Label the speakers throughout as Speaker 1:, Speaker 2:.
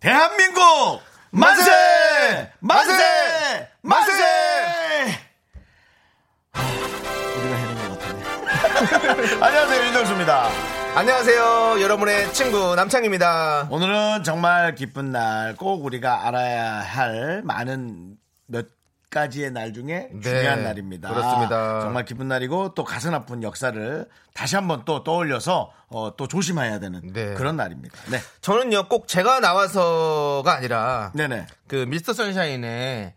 Speaker 1: 대한민국 만세! 만세! 만세! 우리가 해낸 것 같은데.
Speaker 2: 안녕하세요 윤정수입니다. 안녕하세요 여러분의 친구 남창입니다.
Speaker 1: 오늘은 정말 기쁜 날, 꼭 우리가 알아야 할 많은 몇 가지의 날 중에
Speaker 2: 네,
Speaker 1: 중요한 날입니다.
Speaker 2: 그렇습니다.
Speaker 1: 정말 기쁜 날이고 또 가슴 아픈 역사를 다시 한번 또 떠올려서 어, 또 조심해야 되는
Speaker 2: 네.
Speaker 1: 그런 날입니다. 네.
Speaker 2: 저는요 꼭 제가 나와서가 아니라
Speaker 1: 네네.
Speaker 2: 그 미스터 선샤인의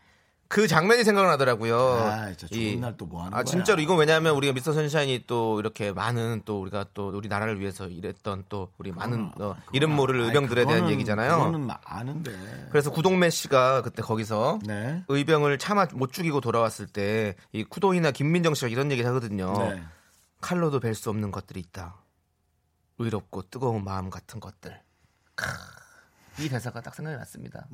Speaker 2: 그 장면이 생각나더라고요.
Speaker 1: 아, 진짜 좋은
Speaker 2: 이-
Speaker 1: 날또뭐 하는
Speaker 2: 아,
Speaker 1: 거야.
Speaker 2: 진짜로 이건 왜냐하면 우리가 미스터 선샤인이 또 이렇게 많은 또 우리가 또 우리 나라를 위해서 일했던 또 우리 많은 어, 이름 모를
Speaker 1: 아, 아니,
Speaker 2: 의병들에 대한
Speaker 1: 그거는-
Speaker 2: 얘기잖아요.
Speaker 1: 그거는 아는데.
Speaker 2: 그래서 구동매 씨가 그때 거기서
Speaker 1: 네.
Speaker 2: 의병을 차마 못 죽이고 돌아왔을 때 이 쿠도이나 김민정 씨가 이런 얘기를 하거든요.
Speaker 1: 네.
Speaker 2: 칼로도 뵐 수 없는 것들이 있다. 의롭고 뜨거운 마음 같은 것들. 크, 이 대사가 딱 생각이 났습니다.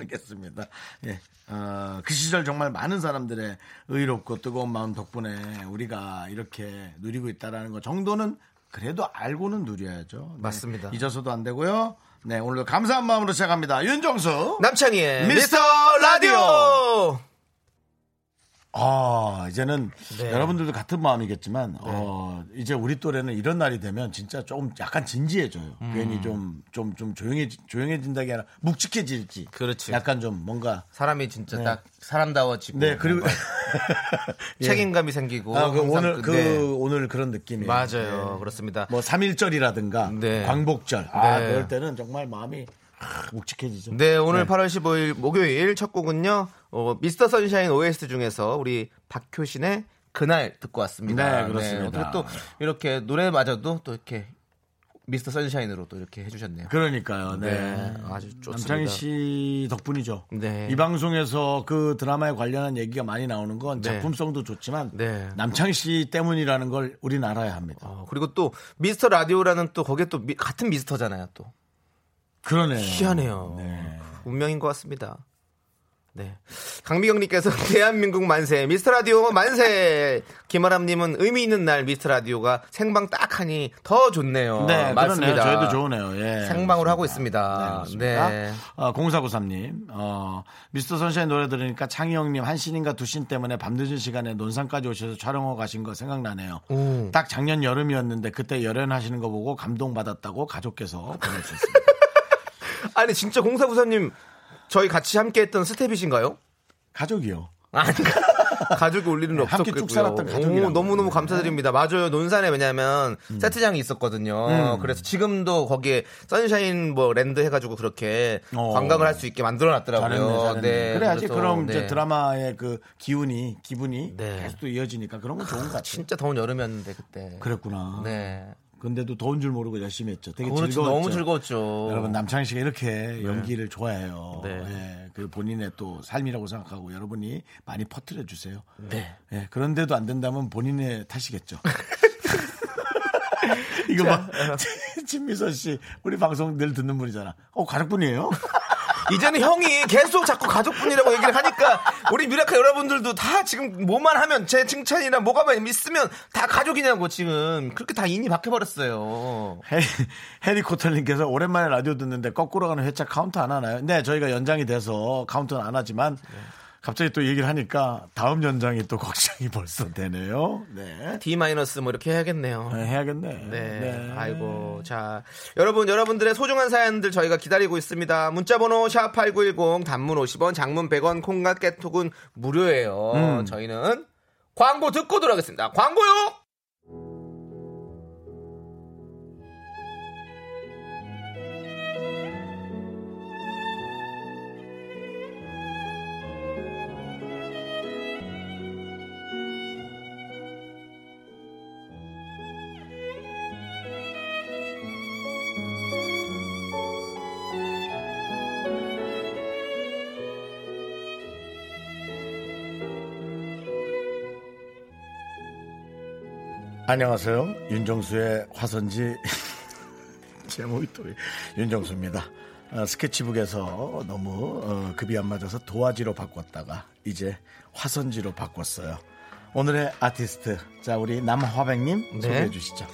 Speaker 1: 알겠습니다. 예. 어, 그 시절 정말 많은 사람들의 의롭고 뜨거운 마음 덕분에 우리가 이렇게 누리고 있다라는 것 정도는 그래도 알고는 누려야죠. 네.
Speaker 2: 맞습니다.
Speaker 1: 잊어서도 안 되고요. 네, 오늘도 감사한 마음으로 시작합니다. 윤정수.
Speaker 2: 남창희의
Speaker 1: 미스터
Speaker 2: 미스터 라디오!
Speaker 1: 아, 이제는
Speaker 2: 네.
Speaker 1: 여러분들도 같은 마음이겠지만, 어, 이제 우리 또래는 이런 날이 되면 진짜 조금 약간 진지해져요.
Speaker 2: 음.
Speaker 1: 괜히 좀, 좀, 좀 조용해지, 조용해진다기 아니라 묵직해질지.
Speaker 2: 그렇지.
Speaker 1: 약간 좀 뭔가.
Speaker 2: 사람이 진짜
Speaker 1: 네.
Speaker 2: 딱 사람다워지고
Speaker 1: 네, 그리고. 예.
Speaker 2: 뭔가 책임감이 생기고
Speaker 1: 아, 그
Speaker 2: 항상
Speaker 1: 오늘 그
Speaker 2: 네.
Speaker 1: 오늘 그런 느낌이에요.
Speaker 2: 맞아요. 그렇습니다.
Speaker 1: 뭐 삼일절이라든가
Speaker 2: 네.
Speaker 1: 광복절 아
Speaker 2: 네.
Speaker 1: 그럴 때는 정말 마음이 아, 묵직해지죠.
Speaker 2: 네, 오늘 8월 15일 목요일 첫 곡은요. 어, 미스터 선샤인 OST 중에서 우리 박효신의 그날 듣고 왔습니다.
Speaker 1: 네, 그렇습니다.
Speaker 2: 어떻게 또 이렇게 노래마저도 또 이렇게 미스터 선샤인으로 또 이렇게 해주셨네요.
Speaker 1: 그러니까요. 네.
Speaker 2: 네, 아주 좋습니다.
Speaker 1: 남창희 씨 덕분이죠.
Speaker 2: 네.
Speaker 1: 이 방송에서 그 드라마에 관련한 얘기가 많이 나오는 건
Speaker 2: 네.
Speaker 1: 작품성도 좋지만
Speaker 2: 네.
Speaker 1: 남창희 씨 때문이라는 걸 우린 알아야 합니다.
Speaker 2: 어, 그리고 또 미스터 라디오라는 또 거기에 또 미- 같은 미스터잖아요. 또
Speaker 1: 그러네요.
Speaker 2: 희한해요. 운명인 것 같습니다. 네. 강미경님께서 대한민국 만세, 미스터 라디오 만세. 김아람님은 의미 있는 날 미스터 라디오가 생방 딱 하니 더 좋네요.
Speaker 1: 네,
Speaker 2: 아, 맞습니다.
Speaker 1: 그러네요. 저희도 좋으네요. 예.
Speaker 2: 생방으로 하고 있습니다.
Speaker 1: 네.
Speaker 2: 네.
Speaker 1: 어, 0493님, 어, 미스터 선샤인 노래 들으니까 창희형님 한 신인가 두 신 때문에 밤늦은 시간에 논산까지 오셔서 촬영하고 가신 거 생각나네요.
Speaker 2: 오.
Speaker 1: 딱 작년 여름이었는데 그때 열연하시는 거 보고 감동받았다고 가족께서 보내주셨습니다.
Speaker 2: 아니 진짜 공사부사님 저희 같이 함께했던 스텝이신가요?
Speaker 1: 가족이요.
Speaker 2: 아니 가족이 올 일은
Speaker 1: 네, 함께 쭉
Speaker 2: 없었겠고요.
Speaker 1: 살았던 네. 가족이라고.
Speaker 2: 너무 너무 감사드립니다. 맞아요. 논산에 왜냐하면
Speaker 1: 음.
Speaker 2: 세트장이 있었거든요. 그래서 지금도 거기에 선샤인 뭐 랜드 해가지고 그렇게
Speaker 1: 어.
Speaker 2: 관광을 할 수 있게 만들어놨더라고요.
Speaker 1: 잘했네, 잘했네. 그래야지
Speaker 2: 그래서,
Speaker 1: 그럼 이제
Speaker 2: 네.
Speaker 1: 드라마의 그 기운이 기분이
Speaker 2: 네.
Speaker 1: 계속 또 이어지니까 그런 건 좋은 것 같아요.
Speaker 2: 진짜 더운 여름이었는데 그때.
Speaker 1: 그랬구나.
Speaker 2: 네.
Speaker 1: 근데도 더운 줄 모르고 열심히 했죠. 되게
Speaker 2: 그렇죠.
Speaker 1: 즐거웠죠.
Speaker 2: 너무 즐거웠죠.
Speaker 1: 여러분 남창희 씨가 이렇게 연기를 좋아해요.
Speaker 2: 네.
Speaker 1: 예, 그 본인의 또 삶이라고 생각하고 여러분이 많이 퍼뜨려 주세요.
Speaker 2: 네.
Speaker 1: 예, 그런데도 안 된다면 본인의 탓이겠죠. 이거 봐. 진미선 씨, 우리 방송 늘 듣는 분이잖아. 어, 가족분이에요?
Speaker 2: 이제는 형이 계속 자꾸 가족분이라고 얘기를 하니까 우리 미라클 여러분들도 다 지금 뭐만 하면 제 칭찬이나 뭐가만 있으면 다 가족이냐고 지금 그렇게 다 인이 박혀버렸어요.
Speaker 1: 해리, 해리 코털님께서 오랜만에 라디오 듣는데 거꾸로 가는 회차 카운트 안 하나요? 네, 저희가 연장이 돼서 카운트는 안 하지만
Speaker 2: 네.
Speaker 1: 갑자기 또 얘기를 하니까 다음 연장이 또 걱정이 벌써 되네요. 네.
Speaker 2: D 마이너스 뭐 이렇게 해야겠네요.
Speaker 1: 네, 해야겠네.
Speaker 2: 네. 아이고. 자, 여러분, 여러분들의 소중한 사연들 저희가 기다리고 있습니다. 문자번호 샵8910, 단문 50원, 장문 100원, 콩과 깨톡은 무료예요. 저희는 광고 듣고 돌아오겠습니다. 광고요!
Speaker 1: 안녕하세요. 윤정수의 화선지 제목이 또 윤정수입니다. 어, 스케치북에서 너무 어, 급이 안 맞아서 도화지로 바꿨다가 이제 화선지로 바꿨어요. 오늘의 아티스트 자 우리 남화백님
Speaker 2: 네.
Speaker 1: 소개해 주시죠.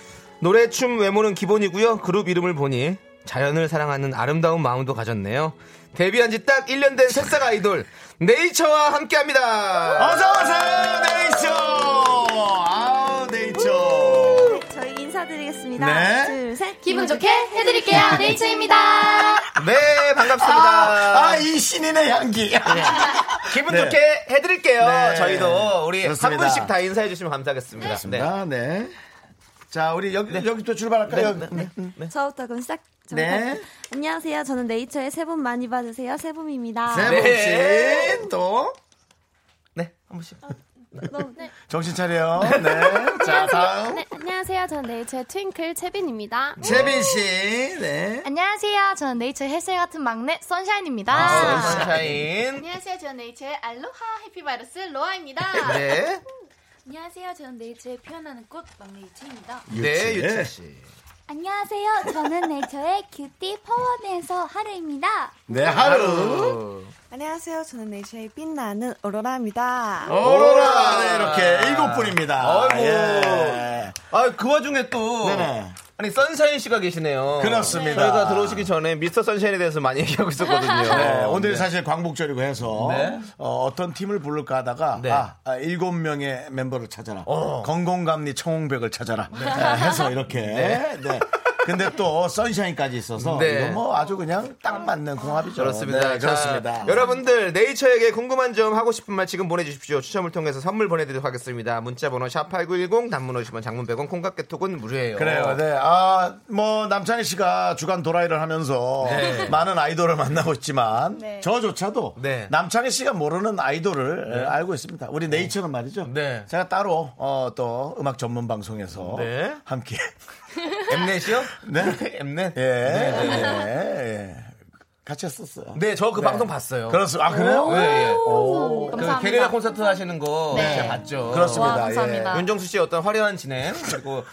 Speaker 2: 노래, 춤, 외모는 기본이고요. 그룹 이름을 보니 자연을 사랑하는 아름다운 마음도 가졌네요. 데뷔한 지 딱 1년 된 새싹 아이돌 네이처와 함께합니다.
Speaker 1: 어서 오세요 네이처. 아우 네이처.
Speaker 3: 저희 인사드리겠습니다.
Speaker 1: 네.
Speaker 3: 하나, 둘, 셋.
Speaker 4: 기분 좋게 해드릴게요. 네이처입니다.
Speaker 2: 네, 반갑습니다.
Speaker 1: 아 이 신인의 향기.
Speaker 2: 기분
Speaker 1: 네.
Speaker 2: 좋게 해드릴게요.
Speaker 1: 네.
Speaker 2: 저희도 우리
Speaker 1: 그렇습니다.
Speaker 2: 한 분씩 다 인사해 주시면 감사하겠습니다.
Speaker 1: 맞습니다. 네. 자 우리 여기 여기 또 출발할까요? 여기. 네.
Speaker 3: 저부터 그럼 시작. 좀
Speaker 1: 네.
Speaker 3: 할게요. 안녕하세요. 저는 네이처의 세분 많이 받으세요. 세분입니다.
Speaker 1: 세봉 씨또 아,
Speaker 2: 네, 한 분씩.
Speaker 3: 너무-
Speaker 1: 정신 차려. 네. 자 다음
Speaker 5: 어?
Speaker 4: 네, 안녕하세요. 저는 네이처의 트윙클 채빈입니다.
Speaker 5: 네.
Speaker 1: 네. 재빈 씨. 네.
Speaker 4: 안녕하세요. 저는 네이처의 햇살 같은 막내 아, 선샤인입니다.
Speaker 2: 아. 선샤인.
Speaker 4: 안녕하세요. 저는 네이처의 알로하 해피바이러스 로아입니다.
Speaker 2: 네.
Speaker 4: 안녕하세요. 저는 네이처의 피어나는 꽃 막내 유채입니다.
Speaker 2: 네, 유채 씨.
Speaker 6: 안녕하세요. 저는 네이처의 큐티 파워드에서 하루입니다.
Speaker 1: 네
Speaker 2: 어.
Speaker 1: 하루.
Speaker 3: 안녕하세요. 저는 네이처의 빛나는 오로라입니다.
Speaker 1: 오로라 네, 이렇게 일곱 분입니다.
Speaker 2: 아이고.
Speaker 1: 예.
Speaker 2: 아, 그 와중에 또.
Speaker 1: 네네.
Speaker 2: 아니, 선샤인 씨가 계시네요.
Speaker 1: 그렇습니다.
Speaker 2: 저희가 들어오시기 전에 미스터 선샤인에 대해서 많이 얘기하고 있었거든요.
Speaker 1: 네, 오늘 사실 광복절이고 해서
Speaker 2: 네.
Speaker 1: 어, 떤 팀을 부를까 하다가
Speaker 2: 네.
Speaker 1: 아, 아, 일곱 명의 멤버를 찾아라.
Speaker 2: 어.
Speaker 1: 건공감리 청홍백을 찾아라. 네, 해서 이렇게. 네. 근데 또 선샤인까지 있어서
Speaker 2: 네.
Speaker 1: 이거 뭐 아주 그냥 딱 맞는 궁합이죠.
Speaker 2: 그렇습니다.
Speaker 1: 네,
Speaker 2: 자,
Speaker 1: 그렇습니다.
Speaker 2: 여러분들 네이처에게 궁금한 점 하고 싶은 말 지금 보내주십시오. 추첨을 통해서 선물 보내드리도록 하겠습니다. 문자번호 샵 #8910 단문 50원, 장문 100원, 콩깍개톡은 무료예요.
Speaker 1: 그래요. 네. 아, 뭐 남창희 씨가 주간 도라이를 하면서
Speaker 2: 네.
Speaker 1: 많은 아이돌을 만나고 있지만 저조차도
Speaker 2: 네.
Speaker 1: 남창희 씨가 모르는 아이돌을 에, 알고 있습니다. 우리 네이처는 말이죠.
Speaker 2: 네.
Speaker 1: 제가 따로 어, 또 음악 전문 방송에서
Speaker 2: 네.
Speaker 1: 함께
Speaker 2: 엠넷이요?
Speaker 1: 네.
Speaker 2: 엠넷.
Speaker 1: 예. 예, 예. 같이 했었어요.
Speaker 2: 네, 저 그 방송 봤어요.
Speaker 1: 그렇습니다. 아, 그래요?
Speaker 2: 네, 예.
Speaker 1: 오.
Speaker 2: 그 게릴라 콘서트 하시는 거 제가 봤죠.
Speaker 1: 그렇습니다.
Speaker 4: 와, 감사합니다.
Speaker 1: 예.
Speaker 2: 윤정수 씨의 어떤 화려한 진행 그리고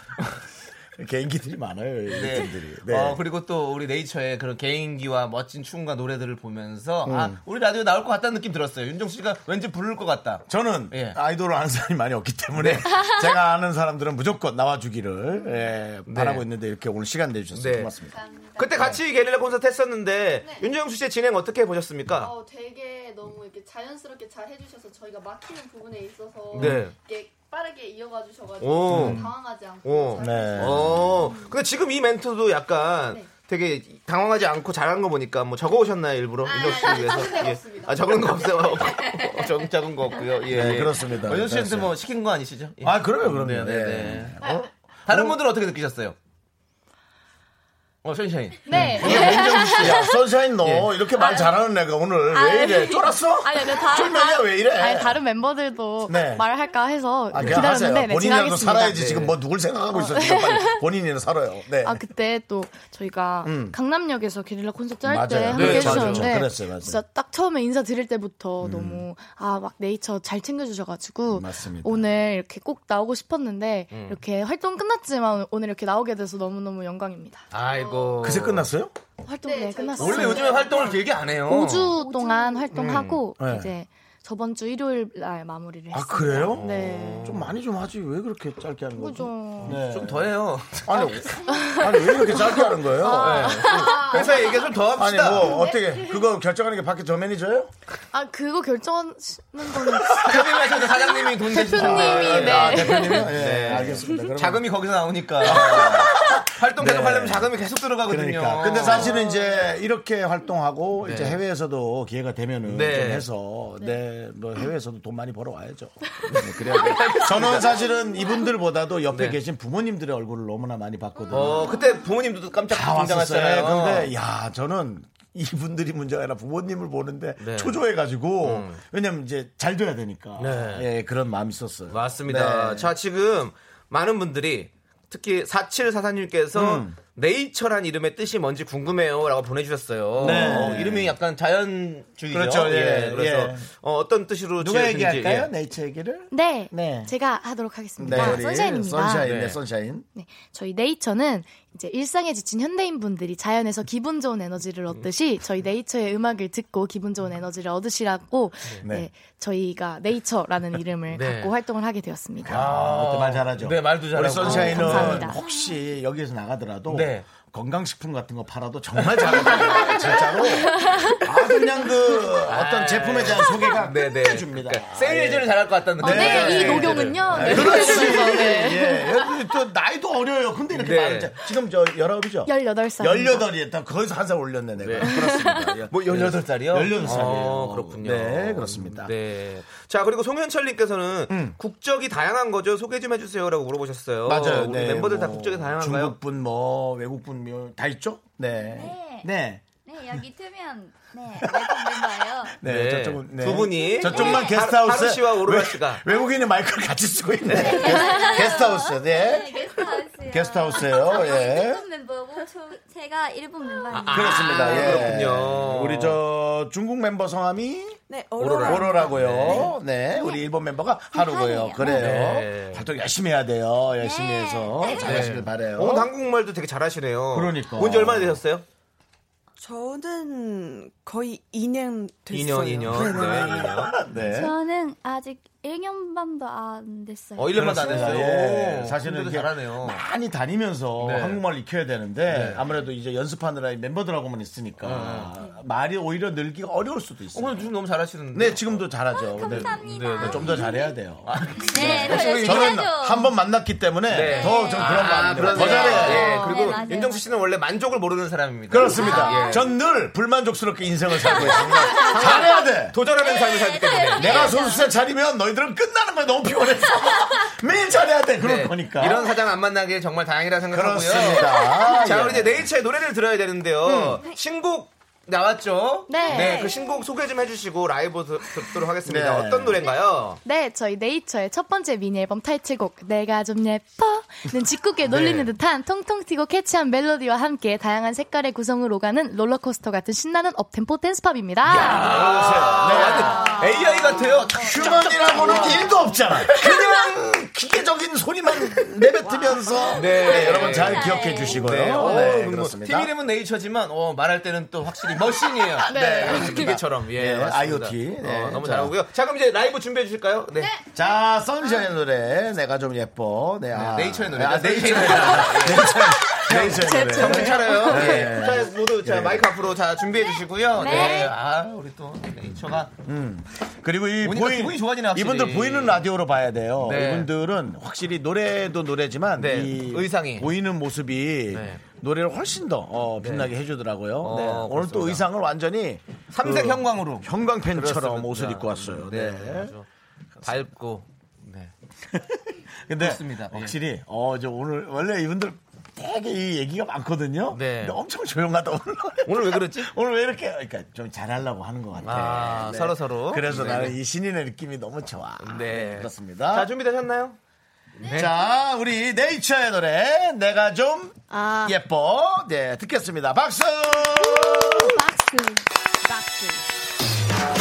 Speaker 1: 개인기들이 많아요. 이
Speaker 2: 네.
Speaker 1: 팀들이. 네.
Speaker 2: 어, 그리고 또 우리 네이처의 그런 개인기와 멋진 춤과 노래들을 보면서 아 우리 라디오 나올 것 같다는 느낌 들었어요. 윤정수 씨가 왠지 부를 것 같다.
Speaker 1: 저는
Speaker 2: 예. 네.
Speaker 1: 아이돌을 아는 사람이 많이 없기 때문에 제가 아는 사람들은 무조건 나와주기를 예, 바라고 있는데 이렇게 오늘 시간 내주셔서
Speaker 2: 네.
Speaker 1: 고맙습니다.
Speaker 5: 음.
Speaker 2: 그때 같이 게릴라 콘서트 했었는데 윤정수 씨의 진행 어떻게 보셨습니까?
Speaker 5: 네. 어, 되게 너무 이렇게 자연스럽게 잘 해주셔서 저희가 막히는 부분에 있어서
Speaker 2: 네.
Speaker 5: 이렇게 빠르게 이어가 주셔가지고
Speaker 2: 오.
Speaker 5: 당황하지 않고
Speaker 2: 오.
Speaker 5: 잘
Speaker 1: 네.
Speaker 2: 어. 근데 지금 이 멘트도 약간
Speaker 5: 네.
Speaker 2: 되게 당황하지 않고 잘한 거 보니까 뭐 적어 오셨나요 일부러
Speaker 5: 아,
Speaker 2: 윤정수 씨
Speaker 5: 아니,
Speaker 2: 위해서?
Speaker 5: 적은 데가
Speaker 2: 예.
Speaker 5: 없습니다.
Speaker 2: 아 적은 거 없어요. 적 적은 거 없고요. 예.
Speaker 1: 네, 그렇습니다.
Speaker 2: 윤정수 씨한테
Speaker 1: 그렇습니다.
Speaker 2: 뭐 시킨 거 아니시죠? 예.
Speaker 1: 아, 그럼요,
Speaker 2: 네,
Speaker 1: 그럼요.
Speaker 2: 네,
Speaker 1: 예.
Speaker 2: 네.
Speaker 4: 아,
Speaker 2: 어? 다른 분들은 어떻게 느끼셨어요? 어, 션샤인.
Speaker 4: 네.
Speaker 1: 야, 민정수 씨, 야, 선샤인 너
Speaker 2: 예.
Speaker 1: 이렇게 말 잘하는 애가 오늘 왜 이래? 쫄았어?
Speaker 4: 아. 아니, 아니, 다-
Speaker 1: 쫄면이야왜 이래?
Speaker 4: 아니, 다른 멤버들도
Speaker 1: 네.
Speaker 4: 말을 할까 해서
Speaker 1: 아, 그냥 하세요.
Speaker 4: 기다렸는데 네,
Speaker 1: 본인이라도
Speaker 4: 진행하겠습니다.
Speaker 1: 살아야지
Speaker 2: 네.
Speaker 1: 지금 뭐 누굴 생각하고 있어. 지금 빨리 본인이는 살아요. 네.
Speaker 4: 아 그때 또 저희가 강남역에서 게릴라 콘서트 할 때
Speaker 1: 음. 맞아요.
Speaker 4: 함께
Speaker 1: 네,
Speaker 4: 해주셨는데
Speaker 1: 맞아요. 그랬어요, 맞아요.
Speaker 4: 진짜 딱 처음에 인사 드릴 때부터 너무 아 막 네이처 잘 챙겨주셔가지고
Speaker 1: 음, 맞습니다.
Speaker 4: 오늘 이렇게 꼭 나오고 싶었는데 이렇게 활동 끝났지만 오늘 이렇게 나오게 돼서 너무 너무 영광입니다.
Speaker 2: 아이고.
Speaker 1: 그새 끝났어요?
Speaker 4: 활동 네, 끝났어요.
Speaker 2: 원래 요즘에 활동을 길게 안 해요.
Speaker 4: 5주 동안 활동하고
Speaker 1: 네.
Speaker 4: 이제 저번 주 일요일 날 마무리를
Speaker 1: 아,
Speaker 4: 했어요.
Speaker 1: 그래요? 어.
Speaker 4: 네.
Speaker 1: 좀 많이 좀 하지. 왜 그렇게 짧게 하는 거죠?
Speaker 4: 그죠.
Speaker 1: 네.
Speaker 2: 좀 더해요.
Speaker 1: 아니, 아니, 왜 이렇게 짧게 하는 거예요?
Speaker 4: 아.
Speaker 1: 네.
Speaker 2: 회사에 얘기 좀 더
Speaker 1: 아니,
Speaker 2: 합시다. 네.
Speaker 1: 뭐, 어떻게, 그거 결정하는 게 밖에 저 매니저예요?
Speaker 4: 아 그거 결정하는 거는
Speaker 2: 캐비마에서 사장님이 돈
Speaker 4: 대표님이, 네.
Speaker 1: 아, 대표님이요? 예,
Speaker 2: 네.
Speaker 1: 알겠습니다. 그러면-
Speaker 2: 자금이 거기서 나오니까. 활동 계속
Speaker 1: 네.
Speaker 2: 하려면 자금이 계속 들어가거든요.
Speaker 1: 그러니까. 근데 사실은 이제 이렇게 활동하고 이제 해외에서도 기회가 되면은
Speaker 2: 네.
Speaker 1: 좀 해서 네, 뭐 해외에서도 돈 많이 벌어 와야죠. 네, 그래야 돼요. 저는 사실은 이분들보다도 옆에
Speaker 2: 네.
Speaker 1: 계신 부모님들의 얼굴을 너무나 많이 봤거든요.
Speaker 2: 어, 그때 부모님도 깜짝
Speaker 1: 다 왔었어요. 네,
Speaker 2: 등장하셨잖아요.
Speaker 1: 근데 야 저는 이분들이 문제가 아니라 부모님을 보는데
Speaker 2: 네. 음.
Speaker 1: 초조해가지고 왜냐면 이제 잘 돼야 되니까
Speaker 2: 네.
Speaker 1: 예, 그런 마음이 있었어요.
Speaker 2: 맞습니다.
Speaker 1: 네. 음.
Speaker 2: 자, 지금 많은 분들이 특히 4744님께서 네이처란 이름의 뜻이 뭔지 궁금해요라고 보내주셨어요.
Speaker 1: 네.
Speaker 2: 어, 이름이 약간 자연주의죠.
Speaker 1: 그렇죠, 예,
Speaker 2: 그래서
Speaker 1: 예.
Speaker 2: 어, 떤 뜻으로
Speaker 1: 누가
Speaker 2: 지어졌는지,
Speaker 1: 얘기할까요?
Speaker 2: 예.
Speaker 1: 네이처 얘기를?
Speaker 4: 네.
Speaker 1: 네.
Speaker 4: 제가 하도록 하겠습니다. 아, 선샤인입니다.
Speaker 1: 선샤인, 네,
Speaker 2: 네.
Speaker 1: 선샤인.
Speaker 4: 네, 저희 네이처는 이제 일상에 지친 현대인분들이 자연에서 기분 좋은 에너지를 얻듯이 저희 네이처의 음악을 듣고 기분 좋은 에너지를 얻으시라고
Speaker 1: 네.
Speaker 4: 네. 저희가 네이처라는 이름을
Speaker 2: 네.
Speaker 4: 갖고 활동을 하게 되었습니다.
Speaker 1: 아, 그때 말 잘하죠.
Speaker 2: 네, 말도 잘하고.
Speaker 1: 우리 선샤인은
Speaker 4: 어, 감사합니다.
Speaker 1: 혹시 여기에서 나가더라도
Speaker 2: 네.
Speaker 1: 건강식품 같은 거 팔아도 정말 잘하거든요. 진짜로. 아, 그냥 그 어떤 제품에 대한 소개가
Speaker 2: 네, 네.
Speaker 1: 끝내줍니다. 아,
Speaker 2: 그러니까 세일 예전을 잘할 것 같다는
Speaker 4: 어, 네,
Speaker 2: 느낌이죠.
Speaker 4: 이
Speaker 2: 예,
Speaker 4: 녹용은요. 네.
Speaker 1: 그렇지. 예. 여기 또 나이도 어려요. 근데 이렇게
Speaker 2: 네.
Speaker 1: 많은 자- 지금 저 19이죠?
Speaker 4: 18살.
Speaker 1: 18이에 딱 거기서 한 살 올렸네, 내가.
Speaker 2: 네.
Speaker 1: 그렇습니다. 예.
Speaker 2: 뭐 18살이요? 어,
Speaker 1: 18살이에요.
Speaker 2: 그렇군요.
Speaker 1: 네, 그렇습니다. 음.
Speaker 2: 네. 자, 그리고 송현철 님께서는 국적이 다양한 거죠? 소개 좀 해주세요라고 물어보셨어요.
Speaker 1: 맞아요.
Speaker 2: 우리
Speaker 1: 네,
Speaker 2: 멤버들 다
Speaker 1: 뭐
Speaker 2: 국적이 다양한가요?
Speaker 1: 중국분 뭐 외국분 뭐 다 있죠? 네.
Speaker 6: 네.
Speaker 1: 네.
Speaker 6: 네, 여기 트면 네, 외국 멤버예요.
Speaker 1: 네,
Speaker 2: 네.
Speaker 1: 저쪽은 네.
Speaker 2: 두 분이.
Speaker 1: 저쪽만
Speaker 6: 네.
Speaker 1: 게스트하우스
Speaker 2: 하루 씨와 오로라 씨가.
Speaker 1: 외국인의 마이크를 같이 쓰고 있네. 게스- 게스트하우스.
Speaker 6: 네,
Speaker 1: 네.
Speaker 6: 게스트하우스요.
Speaker 1: 게스트하우스예요.
Speaker 2: 네.
Speaker 1: 예.
Speaker 6: 일본 멤버고 저- 제가 일본 멤버입니다.
Speaker 1: 그렇습니다.
Speaker 2: 아,
Speaker 1: 예.
Speaker 2: 그렇군요.
Speaker 1: 우리 저 중국 멤버 성함이
Speaker 7: 네,
Speaker 2: 오로라.
Speaker 7: 오로라.
Speaker 1: 오로라고요. 네. 우리 일본 멤버가 하루고요.
Speaker 6: 하루예요.
Speaker 1: 그래요.
Speaker 2: 네.
Speaker 1: 활동 열심히 해야 돼요. 열심히
Speaker 6: 네.
Speaker 1: 해서 잘하시길 바래요.
Speaker 2: 오늘 어, 한국말도 되게 잘하시네요.
Speaker 1: 어? 그러니까.
Speaker 2: 온지 얼마나 되셨어요?
Speaker 7: 저는 거의 2년 됐어요.
Speaker 2: 2년, 2년.
Speaker 7: 네, 네.
Speaker 2: 네, 2년.
Speaker 1: 네.
Speaker 6: 저는 아직 1년 반도 안 됐어요.
Speaker 2: 어, 1년만 안
Speaker 1: 그렇습니다.
Speaker 2: 됐어요.
Speaker 1: 예.
Speaker 2: 오,
Speaker 1: 사실은
Speaker 2: 근데도
Speaker 1: 이게
Speaker 2: 잘하네요.
Speaker 1: 많이 다니면서
Speaker 2: 네.
Speaker 1: 한국말 을 익혀야 되는데 아무래도 이제 연습하느라 이 멤버들하고만 있으니까 말이 오히려 늘기가 어려울 수도 있어요.
Speaker 2: 네. 오늘 두 분 너무 잘하시는데.
Speaker 1: 네 지금도 잘하죠.
Speaker 6: 아, 감사합니다.
Speaker 2: 네, 네,
Speaker 1: 좀 더 잘해야 돼요.
Speaker 6: 네, 더 열심히
Speaker 1: 저는
Speaker 6: 하죠.
Speaker 1: 한 번 만났기 때문에
Speaker 2: 아, 네.
Speaker 1: 더좀 그런 거
Speaker 2: 아,
Speaker 1: 아니에요.
Speaker 2: 그러네요.
Speaker 1: 더 잘해야 돼요.
Speaker 2: 예, 그리고
Speaker 6: 네, 맞아요.
Speaker 2: 윤정수 씨는 원래 만족을 모르는 사람입니다.
Speaker 1: 그렇습니다.
Speaker 2: 예.
Speaker 1: 전 늘 불만족스럽게 인생을 살고 있습니다. 잘해야 돼.
Speaker 2: 도전하는 삶을
Speaker 6: 네.
Speaker 2: 살기 때문에. 예.
Speaker 1: 내가 소수자 차리면 너희들은 끝나는 거야. 너무 피곤해서 매일 잘해야 돼. 그럴
Speaker 2: 네.
Speaker 1: 거니까.
Speaker 2: 이런 사장 안 만나게 정말 다행이라 생각하고요.
Speaker 1: 그렇습니다.
Speaker 2: 자,
Speaker 1: 예. 음.
Speaker 2: 우리 이제 네이처의 노래를 들어야 되는데요. 신곡 나왔죠?
Speaker 4: 네.
Speaker 2: 그 신곡 소개 좀 해주시고 라이브 드- 듣도록 하겠습니다.
Speaker 1: 네.
Speaker 2: 어떤 노래인가요?
Speaker 4: 네, 저희 네이처의 첫 번째 미니 앨범 타이틀곡 내가 좀 예뻐는 직구게 놀리는 듯한 통통 튀고 캐치한 멜로디와 함께 다양한 색깔의 구성을 오가는 롤러코스터 같은 신나는 업템포 댄스팝입니다.
Speaker 1: 아,
Speaker 2: 네, 완전
Speaker 1: 네.
Speaker 2: AI 같아요.
Speaker 1: 휴먼이라고는 일도 없잖아. 그냥 기계적인 소리만 내뱉으면서.
Speaker 2: 네.
Speaker 1: 네. 여러분 잘 기억해 주시고요.
Speaker 2: 네,
Speaker 1: 네,
Speaker 2: 어, 그리고
Speaker 1: 그렇습니다.
Speaker 2: 팀 이름은 네이처지만 어, 말할 때는 또 확실히 머신이에요.
Speaker 4: 네.
Speaker 2: 그렇습니다. 기계처럼 예,
Speaker 1: 네,
Speaker 2: 맞습니다.
Speaker 1: IoT. 네,
Speaker 2: 어, 너무
Speaker 1: 자.
Speaker 2: 잘하고요. 자 그럼 이제 라이브 준비해 주실까요? 네.
Speaker 1: 자, 선샤의 노래, 내가 좀 예뻐. 네, 아.
Speaker 2: 네이처의 노래.
Speaker 1: 아, 네이처의 노래. 네이처, 네이처의 노래.
Speaker 2: 정신 차려요.
Speaker 1: 네.
Speaker 2: 예. 자, 모두 자, 마이크 앞으로 자 준비해 주시고요. 네.
Speaker 6: 네.
Speaker 2: 아, 우리 또 네이처가
Speaker 1: 그리고 이
Speaker 2: 보니까 기분이 좋아지네, 확실히.
Speaker 1: 이분들 보이는 라디오로 봐야 돼요.
Speaker 2: 네.
Speaker 1: 이분들은 확실히 노래도 노래지만
Speaker 2: 네,
Speaker 1: 이
Speaker 2: 의상이.
Speaker 1: 보이는 모습이
Speaker 2: 네.
Speaker 1: 노래를 훨씬 더 어, 빛나게 해주더라고요.
Speaker 2: 어,
Speaker 1: 네. 오늘
Speaker 2: 그렇습니다.
Speaker 1: 또 의상을 완전히
Speaker 2: 삼색
Speaker 1: 그
Speaker 2: 형광으로
Speaker 1: 형광펜처럼
Speaker 2: 그렇습니다.
Speaker 1: 옷을 입고 왔어요.
Speaker 2: 네.
Speaker 1: 네.
Speaker 2: 아주 밝고 네.
Speaker 1: 근데
Speaker 2: 그렇습니다. 예.
Speaker 1: 확실히 어, 저 오늘 원래 이분들 되게 이 얘기가 많거든요.
Speaker 2: 네.
Speaker 1: 근데 엄청 조용하다 오늘.
Speaker 2: 오늘 왜 그랬지?
Speaker 1: 오늘 왜 이렇게 그러니까 좀 잘하려고 하는 것 같아. 네.
Speaker 2: 아, 서로 서로.
Speaker 1: 그래서
Speaker 2: 네.
Speaker 1: 나는 이 신인의 느낌이 너무 좋아.
Speaker 2: 네.
Speaker 1: 그렇습니다.
Speaker 2: 자, 준비되셨나요? 네.
Speaker 1: 자, 우리 네이처의 노래 내가 좀
Speaker 4: 아,
Speaker 1: 예뻐. 네, 듣겠습니다. 박수.
Speaker 3: 박수, 박수.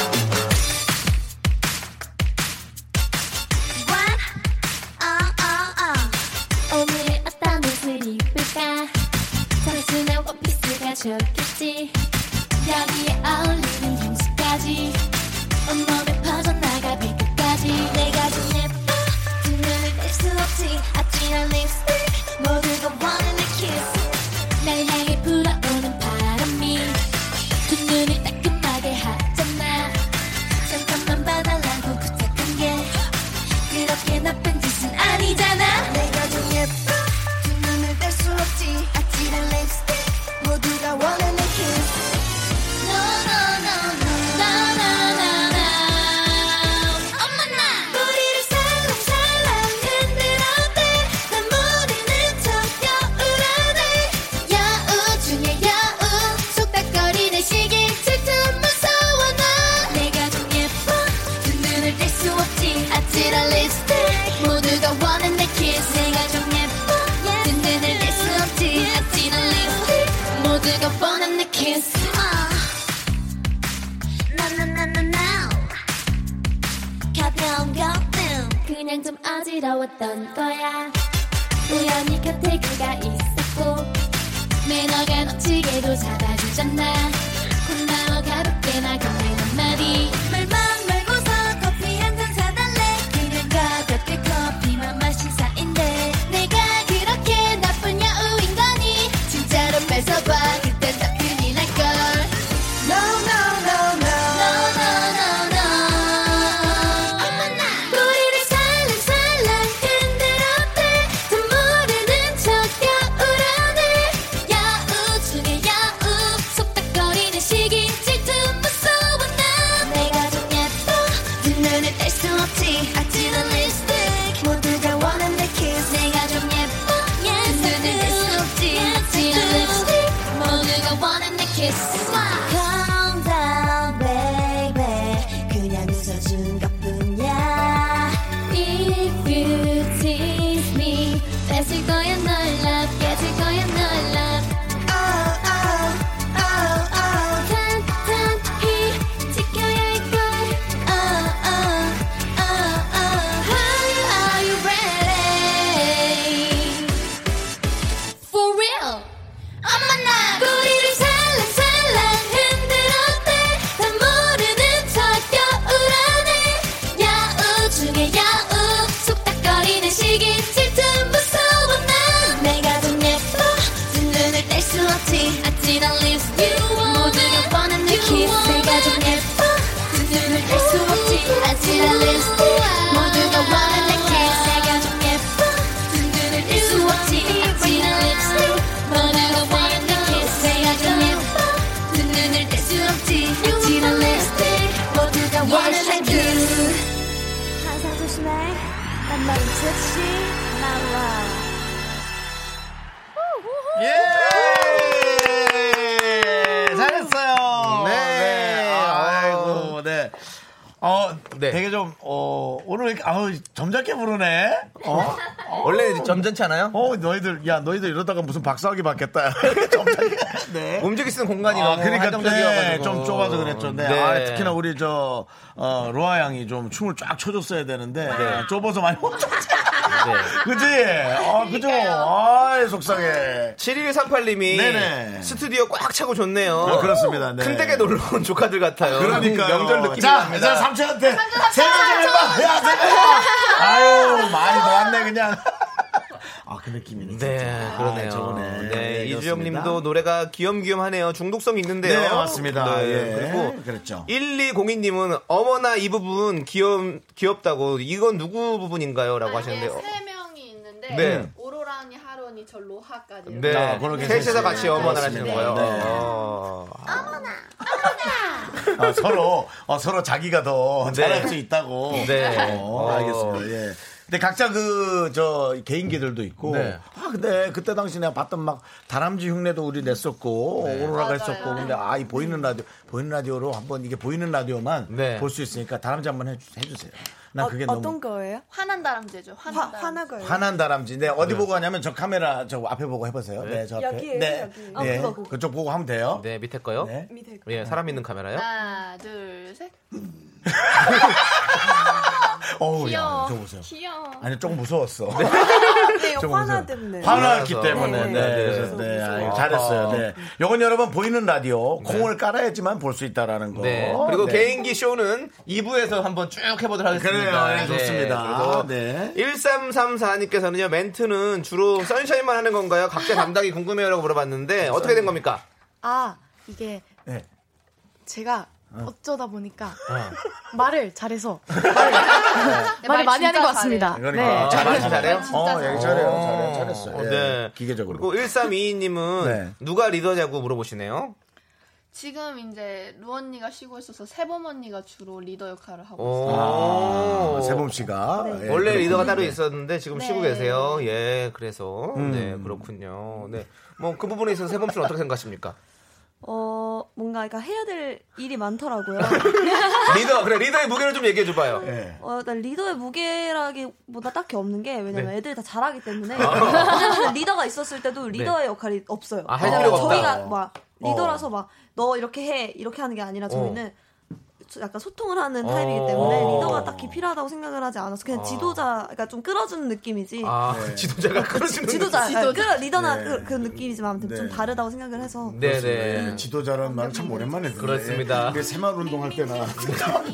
Speaker 6: 와, 어, 어, 어. Uh, 오늘은 어떤 옷을 입을까? 단순한 원피스가 좋겠지. 여기에 어울리는 향수까지. 온몸에 퍼져나가 발끝까지. 내가 좀 예뻐. 두 눈을 뗄 수 없지. 아찔한 립스틱. 모두가 원하는 키스. 날 향해 불어오는 바람이. 두 눈을 따끔하게 하잖아. 잠깐만 봐달라고 부탁한 게 그렇게 나쁜 짓은 아니잖아 내가 좀 예뻐 두 눈을 뗄 수 없지 아찔한 립스틱 모두가 원하는 키스 No, no, no, no, no, no, no, no. 엄마 나 사랑스러웠던 거야 우연히 곁에 그가 있었고 매너가 넘치게도 잡아주잖아 고마워 가볍게 나 곁에 한 마디 말만 말고서 커피 한 잔 사달래 그냥 가볍게 커피만 마신 사인데 내가 그렇게 나쁜 여우인 거니 진짜로 뺏어봐 그땐 더 큰일 날걸 No no no no No no no no 엄마나 꼬리를 살랑살랑 흔들었대 더 모르는 척 여우라네 야우 중에 야우 속닥거리는 시기 질투 무서워 난 내가 좀 예뻐 네 눈눈을 뗄 수 없지 아찔한 립스틱 모두가 원하는 kiss 내가 좀 예뻐 네 눈눈을 뗄 수 없지 아찔한 립스틱 모두가 원하는 kiss Calm down baby 그냥 웃어준 것뿐이야 If you tease me 뺏을 거야 널라 깨질 거야 널라 Oh oh oh oh 단단히 지켜야 할걸 Oh oh oh oh Are you ready For real 어머나 꼬리를 살랑살랑 흔들었대 다 모르는 척 여우라네 야우 중에 야우 속닥거리는 시기 질투 무서워 난 내가 좀 예뻐 눈을 뗄 수 없지 아찔한 립스틱 모두가 뻔한 내 키스 내가 좀 예뻐 눈을 뗄 수 없지 아찔한 립스틱 모두가 원한 내 키스 내가 좀 예뻐 눈을 뗄 수 없지 아찔한 립스틱 모두가 원한 내 키스 내가 좀 예뻐 눈을 뗄 수 없지 아찔한 립스틱 모두가 원한 내 키스
Speaker 3: 항상 조심해. 난 너를 즉시 나와.
Speaker 1: 예! 잘했어요.
Speaker 2: 네.
Speaker 1: 아이고, 네. 어,
Speaker 2: 네.
Speaker 1: 되게 좀, 어, 오늘, 이렇게, 아우, 점잖게 부르네? 어?
Speaker 2: 원래 점잖지 않아요?
Speaker 1: 어, 너희들, 야, 너희들 이러다가 무슨 박사학위 받겠다. 점잖게. 네.
Speaker 2: 움직일 수 있는 공간이
Speaker 1: 아,
Speaker 2: 너무
Speaker 1: 그러니까 네,
Speaker 2: 한정적이어가지고
Speaker 1: 좀 좁아서 그랬죠. 네. 아, 특히나 우리 저 어, 로아 양이 좀 춤을 쫙 춰줬어야
Speaker 2: 네.
Speaker 1: 되는데 좁아서 많이 못 췄지. 그지? 아, 그죠? 아, 속상해.
Speaker 2: 7138님이
Speaker 1: 네네.
Speaker 2: 스튜디오 꽉 차고 좋네요.
Speaker 1: 아, 그렇습니다. 네.
Speaker 2: 큰 댁에 놀러 온 조카들 같아요. 음,
Speaker 1: 그러니까
Speaker 2: 명절 느낌이
Speaker 1: 자,
Speaker 2: 납니다.
Speaker 1: 자 삼촌한테 세명 좀 해봐. 야, 세명 해봐. 아유, 많이 더왔네 그냥. 아, 그 느낌이네.
Speaker 2: 네,
Speaker 1: 진짜.
Speaker 2: 그러네요.
Speaker 1: 아, 저거네.
Speaker 2: 네,
Speaker 1: 네,
Speaker 2: 이주영
Speaker 1: 그렇습니다.
Speaker 2: 님도 노래가 귀염귀염하네요. 중독성이 있는데요.
Speaker 1: 네, 맞습니다. 예.
Speaker 2: 그리고
Speaker 1: 그랬죠.
Speaker 2: 1202님은 어머나 이 부분 귀염, 귀엽다고 이건 누구 부분인가요?
Speaker 7: 아,
Speaker 2: 라고 하셨는데요.
Speaker 5: 세 명이 있는데
Speaker 2: 네.
Speaker 5: 오로라 언니, 하루 언니, 저 로하까지.
Speaker 2: 네.
Speaker 1: 아, 그렇게
Speaker 2: 셋이서
Speaker 1: 됐어요.
Speaker 2: 같이 어머나 하시는
Speaker 1: 그렇습니다.
Speaker 2: 거예요.
Speaker 1: 네.
Speaker 2: 어.
Speaker 1: 아, 서로 어, 서로 자기가 더
Speaker 2: 네.
Speaker 1: 잘할 수 있다고.
Speaker 2: 네.
Speaker 1: 어, 알겠습니다. 예. 근데 각자 그 저 개인기들도 있고.
Speaker 2: 네.
Speaker 1: 아 근데 그때 당시 내가 봤던 막 다람쥐 흉내도 우리 냈었고
Speaker 2: 네.
Speaker 1: 오로라가 했었고 근데 아 이 보이는 라디오 보이는 라디오로 한번 이게 보이는 라디오만
Speaker 2: 네.
Speaker 1: 볼 수 있으니까 다람쥐 한번 해주, 해주세요. 난
Speaker 7: 어,
Speaker 1: 그게
Speaker 7: 어떤
Speaker 1: 너무
Speaker 7: 거예요?
Speaker 5: 화난 다람쥐죠.
Speaker 7: 화,
Speaker 5: 화난 다람쥐.
Speaker 7: 화나 거예요?
Speaker 1: 화난 다람쥐. 네 어디 보고 하냐면 저 카메라 저 앞에 보고 해보세요. 네, 저 앞에.
Speaker 7: 여기예요,
Speaker 1: 네.
Speaker 7: 여기. 어,
Speaker 1: 네. 그쪽 보고 하면 돼요.
Speaker 2: 네, 밑에 거요.
Speaker 1: 네.
Speaker 7: 밑에 거.
Speaker 2: 예, 사람 있는 카메라요.
Speaker 5: 하나, 둘, 셋.
Speaker 1: 어우 야,
Speaker 5: 귀여워.
Speaker 1: 저 보세요.
Speaker 5: 귀여워.
Speaker 1: 아니 조금 무서웠어.
Speaker 7: 네,
Speaker 1: 좀
Speaker 7: 화나
Speaker 1: 무서워.
Speaker 7: 때문에.
Speaker 1: 화났기
Speaker 2: 그래서.
Speaker 1: 때문에. 네.
Speaker 7: 네, 네.
Speaker 1: 그래서, 네,
Speaker 7: 무서워.
Speaker 1: 아유, 잘했어요. 네. 요건 여러분 보이는 라디오 콩을 깔아야지만 볼 수 있다라는 거.
Speaker 2: 네. 그리고
Speaker 1: 네.
Speaker 2: 개인기 쇼는 2부에서 한번 쭉 해보도록 하겠습니다. 네.
Speaker 1: 그래요. 예, 좋습니다.
Speaker 2: 그래서
Speaker 1: 네.
Speaker 2: 1334님께서는요, 멘트는 주로 선샤인만 하는 건가요? 각자 담당이 궁금해요. 라고 물어봤는데, 어떻게 된 겁니까?
Speaker 4: 아 이게
Speaker 1: 네.
Speaker 4: 제가 어쩌다 보니까
Speaker 2: 어.
Speaker 4: 말을 잘해서
Speaker 5: 네,
Speaker 4: 말을
Speaker 5: 말
Speaker 4: 아, 많이 하는
Speaker 5: 진짜
Speaker 4: 것 같습니다.
Speaker 1: 그러니까
Speaker 4: 네.
Speaker 2: 잘하시- 잘해요?
Speaker 1: 어,
Speaker 5: 진짜
Speaker 1: 예, 잘해요. 잘해요. 잘했어요. 예,
Speaker 2: 네.
Speaker 1: 기계적으로.
Speaker 2: 그리고 1322님은
Speaker 1: 네.
Speaker 2: 누가 리더냐고 물어보시네요.
Speaker 5: 지금 이제 루 언니가 쉬고 있어서 세범 언니가 주로 리더 역할을 하고 있어요.
Speaker 1: 아,
Speaker 2: 오.
Speaker 1: 세범
Speaker 7: 네.
Speaker 1: 씨가 예,
Speaker 2: 원래
Speaker 1: 그렇군요.
Speaker 2: 리더가 따로 있었는데 지금 쉬고
Speaker 5: 네.
Speaker 2: 계세요. 예, 그래서
Speaker 1: 음.
Speaker 2: 네 그렇군요. 네, 뭐 그 부분에 있어서 세범 씨는 어떻게 생각하십니까?
Speaker 3: 어, 뭔가 그러니까 해야 될 일이 많더라고요.
Speaker 2: 리더 그래 리더의 무게를 좀 얘기해 줘봐요.
Speaker 1: 예.
Speaker 3: 어, 난 리더의 무게라기보다 딱히 없는 게 왜냐면
Speaker 2: 네.
Speaker 3: 애들이 다 잘하기 때문에 왜냐면 리더가 있었을 때도 리더의 역할이 없어요.
Speaker 2: 아, 할
Speaker 3: 왜냐면
Speaker 2: 필요가 없다. 어.
Speaker 3: 저희가 막 리더라서 막 너 이렇게 해 이렇게 하는 게 아니라 저희는 소- 약간 소통을 하는 타입이기 때문에
Speaker 2: 어.
Speaker 3: 리더가 딱히 필요하다고 생각을 하지 않아서 그냥 지도자, 그러니까 좀 끌어주는 느낌이지.
Speaker 2: 아 그러니까 지도자가 그러시는
Speaker 3: 지도자,
Speaker 2: 지-
Speaker 3: 아, 끌어, 리더나
Speaker 1: 네.
Speaker 3: 그, 그 느낌이지만 아무튼
Speaker 1: 네.
Speaker 3: 좀 다르다고 생각을 해서.
Speaker 1: 예.
Speaker 2: 네네.
Speaker 1: 지도자라는 말은 참 오랜만에 듣네.
Speaker 2: 그렇습니다.
Speaker 1: 이게 새마을 운동할 때나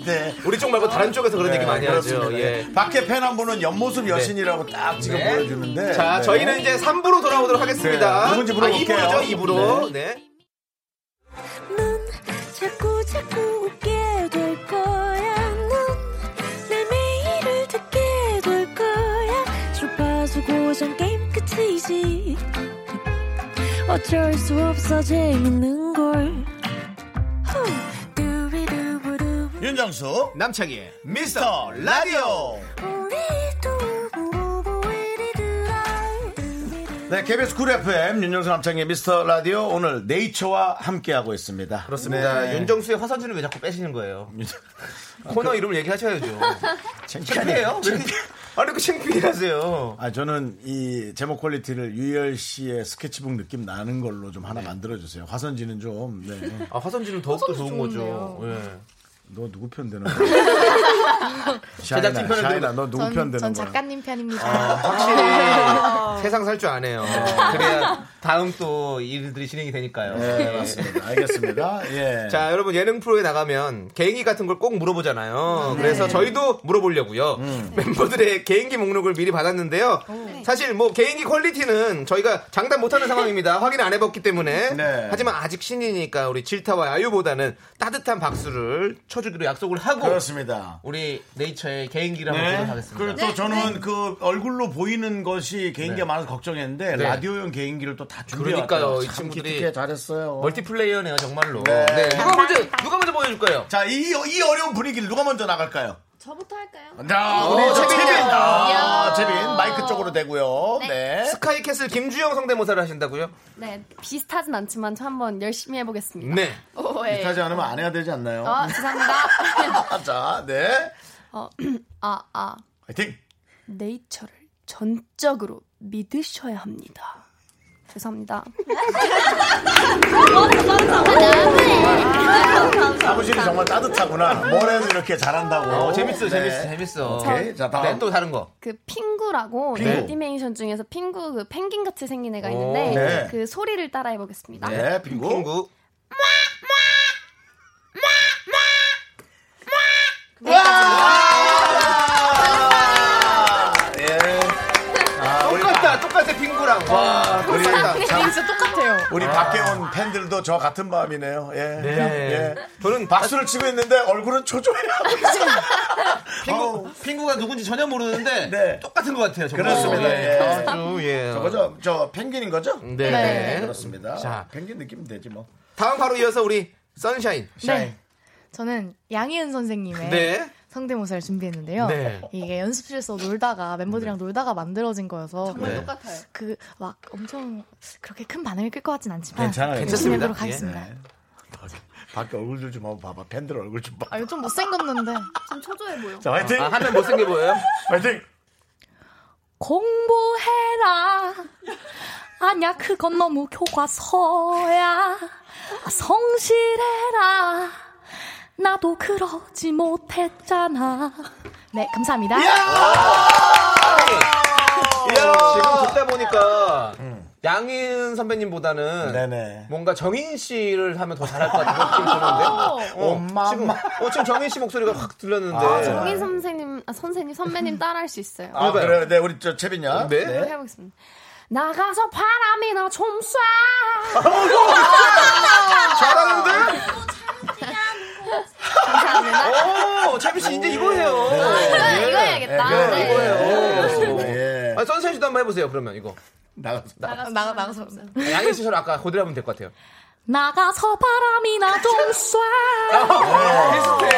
Speaker 1: 네.
Speaker 2: 우리 쪽 말고 다른 쪽에서 네, 그런 얘기 많이 하죠.
Speaker 1: 그렇습니다.
Speaker 2: 예.
Speaker 1: 밖에 팬 한 분은 옆모습 여신이라고 딱 지금
Speaker 2: 네.
Speaker 1: 보여주는데.
Speaker 2: 자,
Speaker 1: 네.
Speaker 2: 저희는 이제 3부로 돌아오도록 하겠습니다.
Speaker 1: 네, 누군지 물어볼게요.
Speaker 2: 아, 2부죠, 2부로. 네.
Speaker 6: 넌 자꾸 자꾸 웃게 될 거야. 넌내 매일을 듣게 될 거야. 주파수 고정 게임 끝이지. 어쩔 수 없어 재밌는 걸. 후. 두비두부두.
Speaker 1: 윤정수
Speaker 2: 남창희의
Speaker 1: 미스터 라디오.
Speaker 6: 우리 두부부부 우리 두라. 두비두부.
Speaker 1: 네, KBS 쿨 FM 윤정수 남창의 미스터 라디오 오늘 네이처와 함께하고 있습니다.
Speaker 2: 그렇습니다.
Speaker 1: 네.
Speaker 2: 윤정수의 화선지를 왜 자꾸 빼시는 거예요? 코너 이름을 얘기하셔야죠. 아, 그 창피해요?
Speaker 1: 창피하네요.
Speaker 2: 왜 이렇게, 아, 이렇게 창피하세요?
Speaker 1: 아 저는 이 제목 퀄리티를 유열 씨의 스케치북 느낌 나는 걸로 좀
Speaker 2: 네.
Speaker 1: 하나 만들어 주세요. 화선지는 좀. 네.
Speaker 2: 아, 화선지는 더욱더 좋은 거죠. 예.
Speaker 1: 너 누구 편 되는 거야?
Speaker 2: 제작진 편을
Speaker 1: 샤이나 너 누구
Speaker 4: 전,
Speaker 1: 편 되는
Speaker 4: 전
Speaker 1: 거야?
Speaker 4: 작가님 편입니다.
Speaker 2: 아, 확실히 세상 살 줄 아. 아네요. 그래야 다음 또 일들이 진행이 되니까요.
Speaker 1: 네, 맞습니다. 알겠습니다. 예.
Speaker 2: 네. 자, 여러분 예능 프로에 나가면 개인기 같은 걸 꼭 물어보잖아요.
Speaker 1: 네.
Speaker 2: 그래서 저희도 물어보려고요.
Speaker 1: 음.
Speaker 2: 멤버들의 개인기 목록을 미리 받았는데요.
Speaker 1: 네.
Speaker 2: 사실 뭐 개인기 퀄리티는 저희가 장담 못하는 상황입니다. 확인 안 해봤기 때문에.
Speaker 1: 네.
Speaker 2: 하지만 아직 신이니까 우리 질타와 야유보다는 따뜻한 박수를 쳐주기로 약속을 하고
Speaker 1: 그렇습니다.
Speaker 2: 우리 네이처의 개인기를 한번
Speaker 1: 네.
Speaker 2: 보도록 하겠습니다.
Speaker 1: 그리고 또 저는
Speaker 5: 네.
Speaker 1: 그 얼굴로 보이는 것이 개인기가 많아서 걱정했는데
Speaker 2: 네.
Speaker 1: 라디오용 개인기를 또 다 준비해
Speaker 2: 그러니까요,
Speaker 1: 왔더라고요.
Speaker 2: 이
Speaker 1: 참
Speaker 2: 친구들이.
Speaker 1: 기특해 잘했어요.
Speaker 2: 멀티플레이어네요 정말로.
Speaker 1: 네.
Speaker 2: 네. 누가 먼저 누가 먼저 보여줄까요?
Speaker 1: 자, 이, 이 어려운 분위기를 누가 먼저 나갈까요?
Speaker 5: 저부터 할까요?
Speaker 1: 자, 우리 저
Speaker 2: 재빈이요.
Speaker 1: 채빈. 아, 채빈. 마이크 쪽으로 되고요. 네.
Speaker 2: 스카이캐슬 김주영 성대모사를 하신다고요?
Speaker 8: 네, 비슷하진 않지만 한번 열심히 해보겠습니다.
Speaker 2: 네.
Speaker 5: 오해.
Speaker 1: 하지 않으면 안 해야 되지 않나요?
Speaker 5: 어.
Speaker 8: 아, 죄송합니다.
Speaker 1: 아, 자, 네.
Speaker 8: 어, 아, 아.
Speaker 1: 화이팅!
Speaker 8: 네이처를 전적으로 믿으셔야 합니다. 죄송합니다.
Speaker 1: 사무실이 정말 따뜻하구나. 뭘 해도 이렇게 잘한다고.
Speaker 2: 어, 재밌어,
Speaker 1: 네.
Speaker 2: 재밌어, 재밌어.
Speaker 1: 오케이. 자, 다음.
Speaker 2: 네, 또 다른 거.
Speaker 8: 그 핑구라고
Speaker 1: 핑구.
Speaker 8: 애니메이션 중에서 핑구 그 펭귄 같이 생긴 애가 있는데
Speaker 2: 오,
Speaker 1: 네.
Speaker 8: 그 소리를 따라해 보겠습니다.
Speaker 1: 네, 빙고.
Speaker 2: 핑구.
Speaker 1: 예. 아,
Speaker 2: 똑같다, 똑같아, 핑구랑. 와,
Speaker 1: 우리,
Speaker 8: 네,
Speaker 1: 참,
Speaker 4: 진짜 똑같아요.
Speaker 1: 우리 밖에 온 팬들도 저 같은 마음이네요. 예. 그냥, 예.
Speaker 2: 저는
Speaker 1: 박수를 치고 있는데 얼굴은 초조해하고 있어요.
Speaker 2: 핑구, 핑구가 누군지 전혀 모르는데
Speaker 1: 아, 어. 네.
Speaker 2: 똑같은 것 같아요. 정말.
Speaker 1: 그렇습니다, 예.
Speaker 2: 아주, 예.
Speaker 1: 저거죠? 저 펭귄인 거죠?
Speaker 2: 네.
Speaker 1: 네, 그렇습니다.
Speaker 2: 자.
Speaker 1: 펭귄 느낌 되지 뭐.
Speaker 2: 다음 바로 이어서 우리 선샤인.
Speaker 4: 네. 저는 양희은 선생님의
Speaker 2: 네.
Speaker 4: 성대모사를 준비했는데요.
Speaker 2: 네.
Speaker 4: 이게 연습실에서 놀다가 멤버들이랑 놀다가 만들어진 거여서
Speaker 5: 정말 똑같아요.
Speaker 4: 그 막 엄청 그렇게 큰 반응을 끌 것 같진 않지만
Speaker 1: 괜찮아요. 예.
Speaker 4: 열심히 해보도록
Speaker 2: 괜찮습니다.
Speaker 4: 하겠습니다.
Speaker 1: 네. 밖에 얼굴들 좀 한번 봐봐. 팬들 얼굴 좀 봐.
Speaker 4: 아 이거 좀 못생겼는데
Speaker 5: 좀 초조해 보여.
Speaker 1: 자, 화이팅!
Speaker 2: 아, 하면 못생겨 보여요?
Speaker 1: 화이팅!
Speaker 8: 공부해라. 아니야, 그건 너무 교과서야. 아, 성실해라. 나도 그러지 못했잖아.
Speaker 4: 네 감사합니다.
Speaker 2: 지금 듣다 보니까 양인 선배님보다는
Speaker 1: 네네.
Speaker 2: 뭔가 정인 씨를 하면 더 잘할 것 같은 느낌이 드는데. 어,
Speaker 1: 엄마,
Speaker 2: 지금,
Speaker 1: 엄마.
Speaker 2: 어, 지금 정인 씨 목소리가 확 들렸는데.
Speaker 8: 정희 선생님, 아, 선생님, 선배님 따라할 수 있어요.
Speaker 1: 아,
Speaker 2: 해봐요.
Speaker 1: 그래요. 네, 우리 저 채빈이야.
Speaker 2: 네.
Speaker 8: 해보겠습니다. 나가서 바람이나 좀 쏴.
Speaker 2: 잘하는데? 오, 차비 씨 이제 이거 해요.
Speaker 5: 아,
Speaker 8: 아, 이거 해야겠다.
Speaker 1: 네.
Speaker 2: 예. 이거 해요.
Speaker 1: 예.
Speaker 2: 아, 선샤인 씨도 한번 해보세요, 그러면 이거.
Speaker 1: 나가서.
Speaker 4: 나가 나가서
Speaker 8: 네.
Speaker 2: 양인 씨처럼 아까 고대로 하면 될 것 같아요.
Speaker 8: 나가서 바람이나 좀 쏴. 아,
Speaker 2: 비슷해.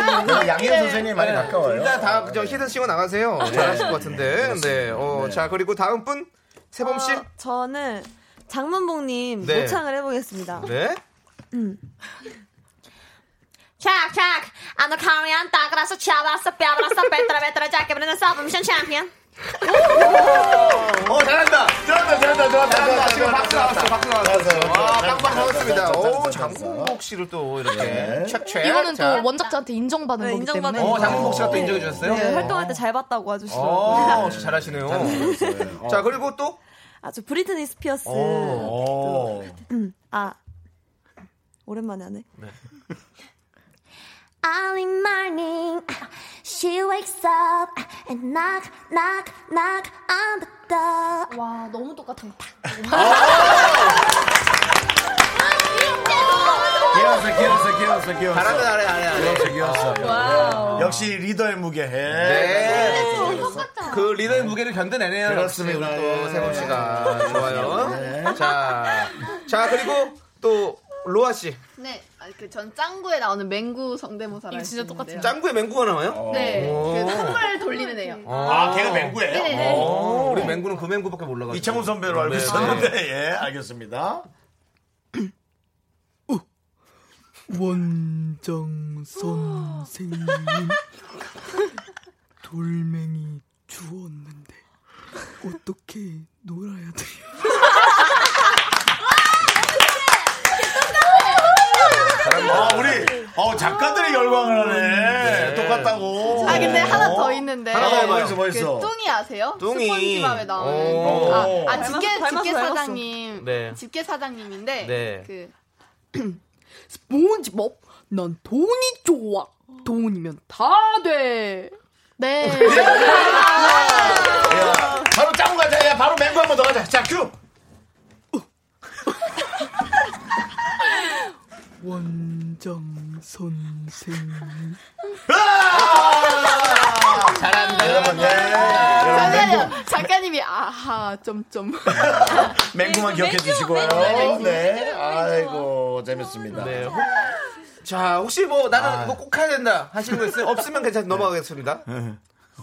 Speaker 3: 아,
Speaker 1: 네. 양현 선생님 많이 가까워요.
Speaker 2: 일단 다, 저, 히든 싱어 나가세요. 잘하실 것 같은데. 네. 어, 자, 그리고 다음 분, 세범 씨.
Speaker 3: 어, 저는 장문봉님
Speaker 2: 네.
Speaker 3: 모창을 해보겠습니다.
Speaker 2: 네.
Speaker 8: 캬, 캬. I'm the Korean, 따그라서 잡았어, 뼈들었어, 빼따라, 빼따라, 작게 부르는 서브미션 챔피언.
Speaker 2: 어, 어, 잘한다.
Speaker 1: 잘한다, 잘한다, 잘한다.
Speaker 2: 잘한다.
Speaker 1: 잘한다,
Speaker 2: 지금 박수 나왔어. 박수 나왔어.
Speaker 1: 잘한다,
Speaker 2: 와,
Speaker 1: 잘한다,
Speaker 2: 빵빵 나왔습니다.
Speaker 1: 잘한다,
Speaker 2: 오,
Speaker 1: 잘한다,
Speaker 2: 장문복 씨를 또 이렇게
Speaker 1: 네.
Speaker 2: 촥촥.
Speaker 4: 이거는
Speaker 2: 자.
Speaker 4: 또 원작자한테 인정받은
Speaker 3: 네,
Speaker 4: 거기
Speaker 3: 인정받은
Speaker 4: 때문에
Speaker 2: 어,
Speaker 3: 장-
Speaker 2: 장문복 씨가 또 인정해 주셨어요?
Speaker 3: 네, 활동할 때 잘 봤다고 와주시더라고요.
Speaker 2: 어, 진짜 잘하시네요.
Speaker 1: 잘하셨어요.
Speaker 2: 자, 그리고 또
Speaker 3: 아주 브리트니 스피어스.
Speaker 1: 오.
Speaker 3: 아 오랜만에 하네.
Speaker 8: Early morning, she wakes up and knock, knock, knock on the door.
Speaker 4: 와 너무 똑같은 거.
Speaker 1: 귀여웠어, 귀여웠어, 귀여웠어, 귀여웠어.
Speaker 2: 바람은 아래 아래 아래.
Speaker 1: 귀여웠어, 귀여웠어. 역시 리더의 무게.
Speaker 2: 네.
Speaker 8: 똑같다.
Speaker 2: 그 리더의 무게를 견뎌내네요.
Speaker 1: 그렇습니다.
Speaker 2: 역시 우리 또
Speaker 1: 예.
Speaker 2: 세범 씨가 좋아요.
Speaker 1: 네.
Speaker 2: 자, 자 그리고 또 로아 씨
Speaker 5: 네, 그전 짱구에 나오는 맹구 성대모사를 이거 진짜 똑같은
Speaker 2: 짱구의 맹구가 나와요?
Speaker 5: 네,
Speaker 2: 오.
Speaker 5: 그한발 돌리는
Speaker 2: 어.
Speaker 5: 애요.
Speaker 1: 아, 걔가 맹구예요?
Speaker 5: 네네.
Speaker 1: 오.
Speaker 2: 우리 맹구는 그 맹구밖에 몰라가지고.
Speaker 1: 이창훈 선배로 알고
Speaker 2: 네.
Speaker 1: 있었는데, 예, 알겠습니다.
Speaker 9: 어. 원정 선생님 돌멩이 주웠는데 어떻게 놀아야 돼요?
Speaker 1: 아, 우리, 어, 작가들이 열광을 하네. 똑같다고.
Speaker 5: 아 근데 하나
Speaker 1: 어.
Speaker 5: 더 있는데.
Speaker 1: 하나 더 해봐,
Speaker 5: 그
Speaker 1: 있어, 뭐 있어.
Speaker 5: 뚱이 아세요?
Speaker 2: 뚱이.
Speaker 5: 스펀지밥에
Speaker 2: 오.
Speaker 5: 나오는. 아, 아 집게
Speaker 3: 닮았어,
Speaker 5: 집게
Speaker 3: 닮았어.
Speaker 5: 사장님.
Speaker 2: 네.
Speaker 5: 집게 사장님인데
Speaker 2: 네.
Speaker 5: 그
Speaker 3: 뭐?
Speaker 9: 스폰지밥 난 돈이 좋아 돈이면 다 돼.
Speaker 4: 네.
Speaker 1: 야, 바로 짜고 가자. 야, 바로 맹구 한 번 더 가자. 자, 큐!
Speaker 9: 원정 선생님
Speaker 2: 잘한다.
Speaker 1: 여러분, 네. 여러분,
Speaker 4: 네.
Speaker 1: 맹구,
Speaker 5: 작가님, 작가님이 아하 점점.
Speaker 1: 맹구만 기억해 주시고요. 네. 아이고, 재밌습니다.
Speaker 2: 네. 혹- 자 혹시 뭐
Speaker 1: 아.
Speaker 2: 나는 이거 꼭 해야 된다 하시는 거 있어요? 없으면 괜찮 넘어가겠습니다.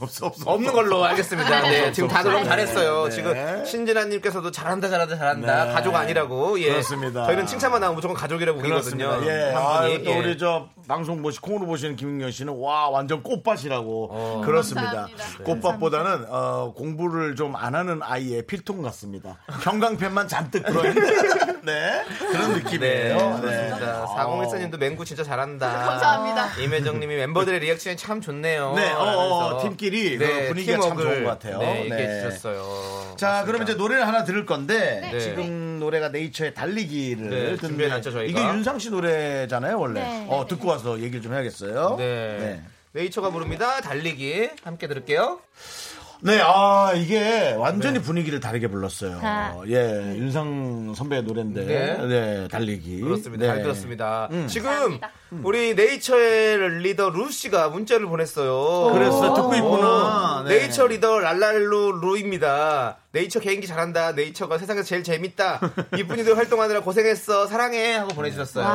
Speaker 1: 없어, 네. 없어.
Speaker 2: 없는 걸로 알겠습니다. 네, 지금 다들 너무 잘했어요.
Speaker 1: 네.
Speaker 2: 지금 신진아님께서도 잘한다, 잘한다, 잘한다.
Speaker 1: 네.
Speaker 2: 가족 아니라고. 예.
Speaker 1: 그렇습니다.
Speaker 2: 저희는 칭찬만 나오면 무조건 가족이라고
Speaker 1: 그렇습니다.
Speaker 2: 우기거든요.
Speaker 1: 예.
Speaker 2: 한 분이.
Speaker 1: 아유, 또
Speaker 2: 예.
Speaker 1: 우리 저 방송 보시 콩으로 보시는 김은경 씨는 와 완전 꽃밭이라고
Speaker 2: 어.
Speaker 1: 그렇습니다.
Speaker 5: 감사합니다.
Speaker 1: 꽃밭보다는 어, 공부를 좀 안 하는 아이의 필통 같습니다. 형광펜만 잔뜩 들어 있는 네 그런
Speaker 2: 네,
Speaker 1: 느낌이에요. 어.
Speaker 2: 그렇습니다. 4014님도 맹구 진짜 잘한다.
Speaker 5: 감사합니다.
Speaker 2: 임혜정님이 멤버들의 리액션이 참 좋네요.
Speaker 1: 네, 어, 어,
Speaker 2: 라면서. 네,
Speaker 1: 팀끼리 그 분위기가 참
Speaker 2: 팀워크를,
Speaker 1: 좋은 것 같아요.
Speaker 2: 네, 얘기해
Speaker 1: 네.
Speaker 2: 주셨어요.
Speaker 1: 자, 그럼 이제 노래를 하나 들을 건데
Speaker 2: 네.
Speaker 1: 지금 노래가 네이처의 달리기를
Speaker 2: 네,
Speaker 1: 듣는데
Speaker 2: 준비해놨죠, 저희가.
Speaker 1: 이게 윤상 씨 노래잖아요, 원래.
Speaker 4: 네.
Speaker 1: 어, 듣고 와서 얘기를 좀 해야겠어요.
Speaker 2: 네.
Speaker 1: 네.
Speaker 2: 네이처가 부릅니다. 달리기. 함께 들을게요.
Speaker 1: 네, 아, 이게
Speaker 2: 네.
Speaker 1: 완전히 분위기를 다르게 불렀어요.
Speaker 4: 아.
Speaker 1: 예, 윤상 선배의 노래인데,
Speaker 2: 네.
Speaker 1: 네, 달리기.
Speaker 2: 그렇습니다.
Speaker 1: 네.
Speaker 2: 잘 들었습니다. 지금 음. 우리 네이처의 리더 루 씨가 문자를 보냈어요.
Speaker 1: 그랬어요? 듣고 있구나.
Speaker 2: 오,
Speaker 1: 네.
Speaker 2: 네이처 리더 랄랄루 루입니다. 네이처 개인기 잘한다. 네이처가 세상에서 제일 재밌다. 이쁜이들 활동하느라 고생했어. 사랑해 하고 보내주셨어요.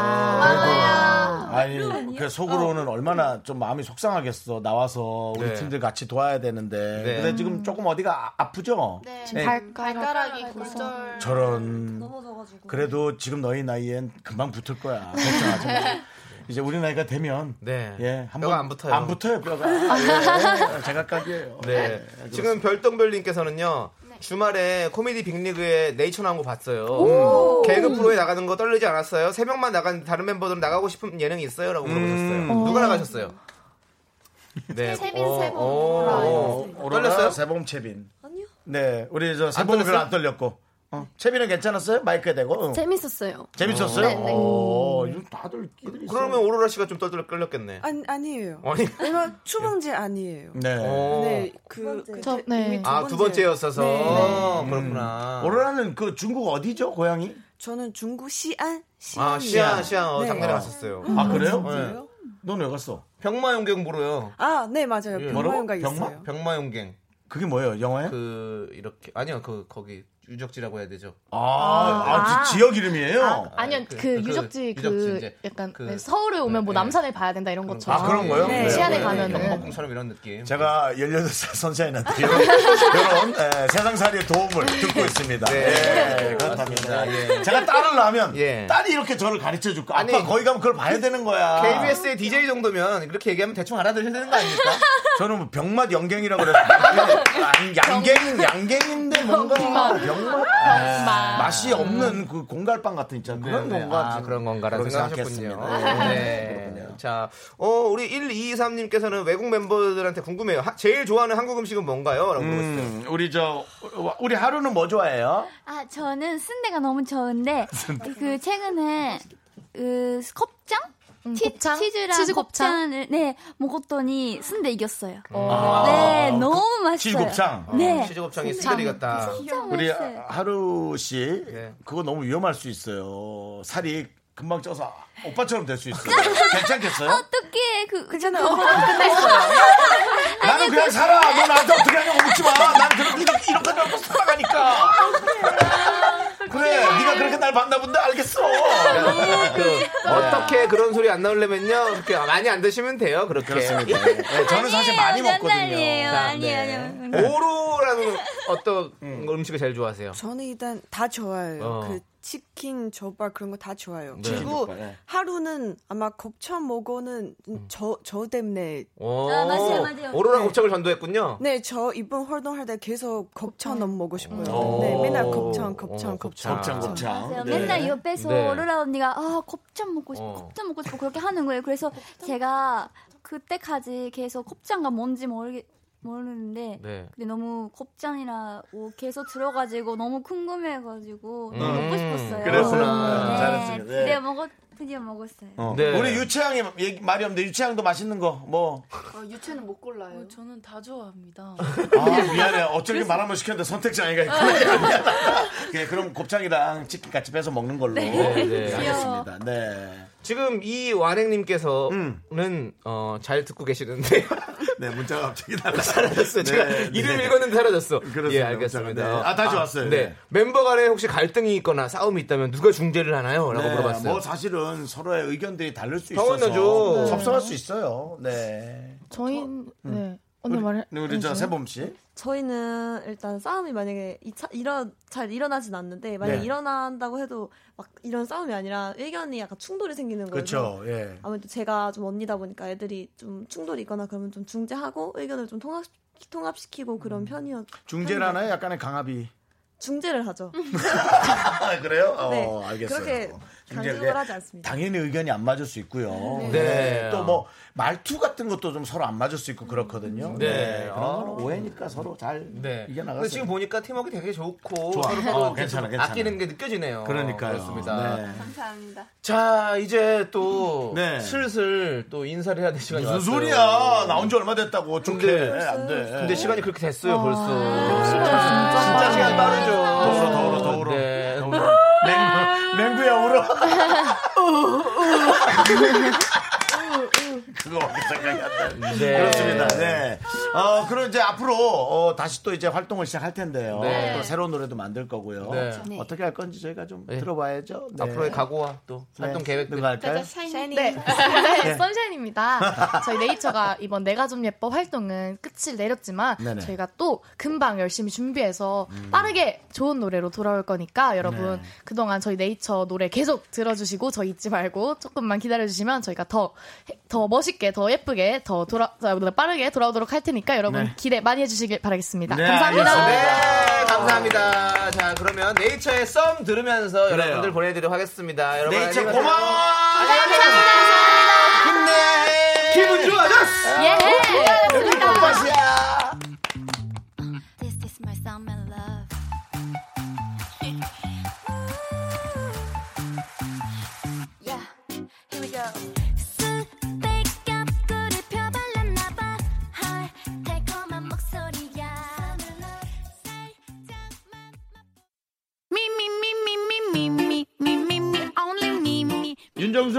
Speaker 1: 아니, 그 속으로는 얼마나 좀 마음이 속상하겠어. 나와서 우리
Speaker 2: 네.
Speaker 1: 팀들 같이 도와야 되는데.
Speaker 2: 네.
Speaker 1: 근데 지금 조금 어디가 아, 프죠 네.
Speaker 5: 발가락이 골절.
Speaker 1: 저런.
Speaker 3: 넘어져가지고.
Speaker 1: 그래도 지금 너희 나이엔 금방 붙을 거야. 걱정하지 마. 이제 우리 나이가 되면
Speaker 2: 네.
Speaker 1: 예, 한번
Speaker 2: 뼈가 안 붙어요.
Speaker 1: 안 붙어요, 뼈가. 아, 예, 제각각이에요.
Speaker 2: 네. 지금 별똥별님께서는요.
Speaker 8: 네.
Speaker 2: 주말에 코미디 빅리그에 네이처 나온 거 봤어요. 개그 프로에 나가는 거 떨리지 않았어요. 세 명만 나간 다른 멤버들은 나가고 싶은 예능이 있어요라고 물어보셨어요. 누가 나가셨어요? 네.
Speaker 8: 세빈, 세범.
Speaker 2: 오, 오, 떨렸어요?
Speaker 1: 떨렸어요? 세범 채빈.
Speaker 3: 아니요. 네.
Speaker 1: 네, 우리 저 세범은 별로
Speaker 2: 떨렸어요?
Speaker 1: 안 떨렸고. 어, 채빈은 괜찮았어요? 마이크에 대고. 응.
Speaker 8: 재밌었어요.
Speaker 1: 재밌었어요?
Speaker 3: 네, 음.
Speaker 1: 오, 이거 다들 끼들이 있어요.
Speaker 2: 그러면 오로라 씨가 좀 떨떨 끌렸겠네.
Speaker 7: 아니, 아니에요.
Speaker 2: 아니.
Speaker 7: 얼마 추방제 아니에요.
Speaker 1: 네.
Speaker 2: 어.
Speaker 7: 네, 그, 그
Speaker 4: 저,
Speaker 7: 태-
Speaker 4: 네.
Speaker 7: 이미
Speaker 2: 아, 두 번째였어서. 음. 그렇구나.
Speaker 1: 오로라는 그 중국 어디죠? 고향이?
Speaker 7: 저는 중국 시안 시안.
Speaker 2: 아, 시안, 시안. 어,
Speaker 7: 네.
Speaker 2: 장례 갔었어요.
Speaker 3: 음,
Speaker 1: 아, 그래요? 넌 왜 갔어?
Speaker 2: 병마용갱부로요.
Speaker 7: 아, 네 맞아요.
Speaker 2: 예.
Speaker 7: 병마용가
Speaker 1: 뭐라고? 병마?
Speaker 7: 있어요.
Speaker 2: 병마용갱.
Speaker 1: 그게 뭐예요? 영화에?
Speaker 2: 그, 이렇게. 아니요, 그, 거기 유적지라고 해야 되죠.
Speaker 1: 아, 아, 지- 지역 이름이에요?
Speaker 4: 아, 니요
Speaker 2: 그-
Speaker 4: 그,
Speaker 2: 그
Speaker 4: 유적지 그,
Speaker 2: 유적지 이제
Speaker 4: 약간
Speaker 2: 그-
Speaker 4: 왜 서울에 오면 뭐 남산을 봐야 된다 이런 것처럼.
Speaker 2: 그렇죠.
Speaker 1: 아, 그런 거요?
Speaker 4: 네,
Speaker 1: 네.
Speaker 4: 시안에
Speaker 1: 네.
Speaker 4: 가면은.
Speaker 2: 뻥뻥처럼 뭐 이런 느낌.
Speaker 1: 제가 18살 선샤인한테 이런, 이런 에, 세상살이의 도움을 듣고 있습니다.
Speaker 2: 네.
Speaker 1: 예, 그렇답니다.
Speaker 2: 맞습니다. 예.
Speaker 1: 제가 딸을 낳으면
Speaker 2: 예.
Speaker 1: 딸이 이렇게 저를 가르쳐줄 거 아빠
Speaker 2: 아니,
Speaker 1: 거기 가면 그걸 봐야 되는
Speaker 2: 아.
Speaker 1: 거야.
Speaker 2: KBS의 DJ 정도면 그렇게 얘기하면 대충 알아들으셔야 되는 거 아닙니까?
Speaker 1: 저는 뭐 병맛 영갱이라고 그랬어요. 양갱, 양갱인데 뭔가 병맛. 아, 맛이 없는 그 공갈빵 같은 있잖아요. 그런
Speaker 2: 네,
Speaker 1: 건가?
Speaker 2: 아, 그런 건가라고
Speaker 1: 그렇게
Speaker 2: 생각하셨군요.
Speaker 1: 생각했습니다.
Speaker 2: 네. 자, 어, 우리 1223님께서는 외국 멤버들한테 궁금해요. 하- 제일 좋아하는 한국 음식은 뭔가요? 라고 물어봤어요.
Speaker 1: 음, 우리 저 우리 하루는 뭐 좋아해요?
Speaker 10: 아, 저는 쓴데가 너무 좋은데 그 최근에 그 곱창? 치,
Speaker 4: 음,
Speaker 7: 아,
Speaker 4: 곱창?
Speaker 10: 치즈랑
Speaker 4: 치즈 곱창?
Speaker 10: 곱창을 네 먹었더니 쓴데 이겼어요.
Speaker 1: 아.
Speaker 10: 네 너무
Speaker 1: 그
Speaker 10: 맛있어요.
Speaker 1: 치즈 곱창?
Speaker 10: 네.
Speaker 2: 치즈곱창이 아, 스테리 같다.
Speaker 10: 진짜
Speaker 1: 우리
Speaker 10: 맛있어요.
Speaker 1: 하루 씨 그거 너무 위험할 수 있어요. 살이 금방 쪄서 오빠처럼 될 수 있어요. 괜찮겠어요?
Speaker 10: 어떻게 그
Speaker 8: 괜찮아요.
Speaker 1: 나는 그냥 살아. 너 나한테 어떻게 하냐고 묻지 마. 난 그렇게 이렇게 이렇게 나도 살아가니까. 그래, 네가 그렇게 날 봤나 본데 알겠어.
Speaker 10: 네,
Speaker 2: 그, 어떻게 그런 소리 안 나오려면요. 그렇게 많이 안 드시면 돼요. 그렇게.
Speaker 1: 그렇습니다. 네, 저는 사실 많이
Speaker 10: 아니에요,
Speaker 1: 먹거든요.
Speaker 10: 옛날이에요.
Speaker 2: 자,
Speaker 10: 아니에요,
Speaker 2: 네.
Speaker 10: 아니에요.
Speaker 2: 오로라는 어떤 음식을 제일 좋아하세요?
Speaker 7: 저는 일단 다 좋아해요.
Speaker 2: 어.
Speaker 7: 그 치킨, 저밥 그런 거 다 좋아해요.
Speaker 2: 네.
Speaker 7: 그리고
Speaker 1: 치킨, 족발, 네.
Speaker 7: 하루는 아마 곱창 먹어는 저, 저 때문에.
Speaker 2: 오,
Speaker 10: 아, 맞아요, 맞아요.
Speaker 2: 오로라 곱창을 전도했군요.
Speaker 7: 네, 저 이번 활동할 때 계속
Speaker 10: 네.
Speaker 7: 곱창 너무 먹고 싶어요.
Speaker 2: 오.
Speaker 7: 네, 맨날 곱창, 곱창,
Speaker 2: 어,
Speaker 7: 곱창.
Speaker 1: 곱창, 곱창.
Speaker 10: 맞아요.
Speaker 1: 네.
Speaker 10: 맨날 옆에서
Speaker 2: 네.
Speaker 10: 오로라 언니가 아 곱창 먹고 싶어,
Speaker 2: 어.
Speaker 10: 곱창 먹고 싶어 그렇게 하는 거예요. 그래서 제가 그때까지 계속 곱창가 뭔지 모르게 모르는데
Speaker 2: 네.
Speaker 10: 근데 너무 곱창이라고 계속 들어가지고 너무 궁금해가지고 너무
Speaker 2: 음,
Speaker 10: 먹고 싶었어요.
Speaker 1: 그랬구나.
Speaker 10: 네,
Speaker 1: 잘했어요. 네.
Speaker 10: 드디어 먹었 드디어 먹었어요.
Speaker 1: 어.
Speaker 2: 네.
Speaker 1: 우리 유채양이 얘기- 말이 없는데 유채양도 맛있는 거 뭐.
Speaker 5: 어, 유채는 못 골라요.
Speaker 9: 저는 다 좋아합니다.
Speaker 1: 아, 미안해. 어쩌게 말 한번 시켰는데 선택지 아이가 있구나. 미안하다. 예, 그럼 곱창이랑 치킨 같이 빼서 먹는 걸로.
Speaker 2: 네, 네.
Speaker 1: 알겠습니다. 네.
Speaker 2: 지금 이 완행님께서는 어, 잘 듣고 계시는데
Speaker 1: 네, 문자가 갑자기 날라서.
Speaker 2: 사라졌어요. 제가
Speaker 1: 네,
Speaker 2: 이름
Speaker 1: 네.
Speaker 2: 읽었는데 사라졌어.
Speaker 1: 그렇습니다.
Speaker 2: 예, 알겠습니다.
Speaker 1: 네. 아, 다시 왔어요.
Speaker 2: 네.
Speaker 1: 네.
Speaker 2: 멤버 간에 혹시 갈등이 있거나 싸움이 있다면 누가 중재를 하나요? 라고
Speaker 1: 네,
Speaker 2: 물어봤어요.
Speaker 1: 뭐 사실은 서로의 의견들이 다를 수
Speaker 2: 당연하죠.
Speaker 1: 있어서
Speaker 2: 네.
Speaker 1: 섭섭할 수 있어요. 네.
Speaker 4: 저희 네. 언니 말해.
Speaker 1: 네, 우리 저 세범 씨.
Speaker 3: 저희는 일단 싸움이 만약에 이차, 일어, 잘 일어나진 않는데 만약
Speaker 1: 네.
Speaker 3: 에 일어난다고 해도 막 이런 싸움이 아니라 의견이 약간 충돌이 생기는 거예요.
Speaker 1: 그렇죠. 예.
Speaker 3: 아무래도 제가 좀 언니다 보니까 애들이 좀 충돌이 있거나 그러면 좀 중재하고 의견을 좀 통합 통합시키고 그런 편이었.
Speaker 1: 중재라나요? 약간의 강압이.
Speaker 3: 중재를 하죠.
Speaker 1: 아, 그래요? 어,
Speaker 3: 네.
Speaker 1: 알겠어요.
Speaker 3: 그렇게
Speaker 1: 중재를, 예.
Speaker 3: 강제적으로 하지 않습니다.
Speaker 1: 당연히 의견이 안 맞을 수 있고요.
Speaker 2: 네.
Speaker 1: 네. 또 뭐 말투 같은 것도 좀 서로 안 맞을 수 있고 그렇거든요.
Speaker 2: 네.
Speaker 1: 그런 건
Speaker 2: 아.
Speaker 1: 오해니까 서로 잘
Speaker 2: 네.
Speaker 1: 이겨 나가세요.
Speaker 2: 근데 지금 보니까 팀워크 되게 좋고
Speaker 1: 좋아.
Speaker 2: 서로
Speaker 1: 어,
Speaker 2: 이렇게
Speaker 1: 괜찮아,
Speaker 2: 좀
Speaker 1: 괜찮아.
Speaker 2: 아끼는 게 느껴지네요.
Speaker 1: 어, 그러니까요.
Speaker 2: 그렇습니다.
Speaker 1: 네.
Speaker 5: 감사합니다.
Speaker 2: 자, 이제 또
Speaker 1: 네.
Speaker 2: 슬슬 또 인사를 해야 될 시간이
Speaker 1: 무슨
Speaker 2: 왔어요.
Speaker 1: 소리야? 나온 지 얼마 됐다고 어떻게
Speaker 2: 근데-
Speaker 1: 안 돼?
Speaker 2: 근데 시간이 그렇게 됐어요, 벌써.
Speaker 4: 진짜
Speaker 1: 아,
Speaker 2: 진짜 시간 빠르죠.
Speaker 1: 더울어, 더울어, 더울어.
Speaker 2: 네.
Speaker 1: 냉, 냉구야 울어.
Speaker 2: 아.
Speaker 1: 그거 생각이 안 나.
Speaker 2: 네.
Speaker 1: 그렇습니다. 네. 어, 그럼 이제 앞으로 어, 다시 또 이제 활동을 시작할 텐데요.
Speaker 2: 네.
Speaker 1: 또 새로운 노래도 만들 거고요.
Speaker 2: 네.
Speaker 1: 어떻게 할 건지 저희가 좀
Speaker 2: 네.
Speaker 1: 들어봐야죠. 네.
Speaker 2: 앞으로의 각오와 또
Speaker 1: 네.
Speaker 2: 활동 계획들
Speaker 1: 누가 할까요?
Speaker 4: 네, 네, 선샤인입니다. 저희 네이처가 이번 내가 좀 예뻐 활동은 끝을 내렸지만
Speaker 1: 네네.
Speaker 4: 저희가 또 금방 열심히 준비해서 빠르게 좋은 노래로 돌아올 거니까 여러분 그동안 저희 네이처 노래 계속 들어주시고 저 잊지 말고 조금만 기다려주시면 저희가 더 더 멋있게 더 예쁘게 더 돌아 더 빠르게 돌아오도록 할 테니까 여러분
Speaker 1: 네.
Speaker 4: 기대 많이 해주시길 바라겠습니다.
Speaker 1: 네,
Speaker 4: 감사합니다.
Speaker 2: 네, 감사합니다. 자, 그러면 네이처의 썸 들으면서
Speaker 1: 그래요.
Speaker 2: 여러분들 보내드리도록 하겠습니다. 여러분
Speaker 1: 네이처
Speaker 2: 안녕히 가세요.
Speaker 1: 고마워. 힘내.
Speaker 2: 기분 좋아졌어.
Speaker 4: 예.
Speaker 1: 우리 뽀빠시야.
Speaker 6: This is my song, my love. yeah, here we go. 수백겹 꿀을 펴발랐나봐. 하이, 달콤한 목소리야. 살짝만
Speaker 1: 윤정수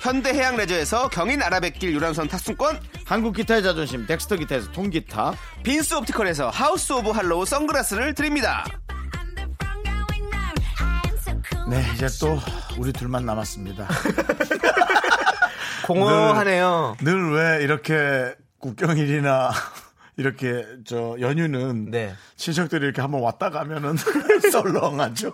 Speaker 2: 현대해양레저에서 경인 아라뱃길 유람선 탑승권.
Speaker 1: 한국 기타의 자존심 덱스터 기타에서 통기타.
Speaker 2: 빈스 옵티컬에서 하우스 오브 할로우 선글라스를 드립니다.
Speaker 1: 네, 이제 또 우리 둘만 남았습니다.
Speaker 2: 공허하네요.
Speaker 1: 늘 왜 이렇게 국경일이나 이렇게 저 연휴는
Speaker 2: 네.
Speaker 1: 친척들이 이렇게 한번 왔다 가면은 썰렁하죠.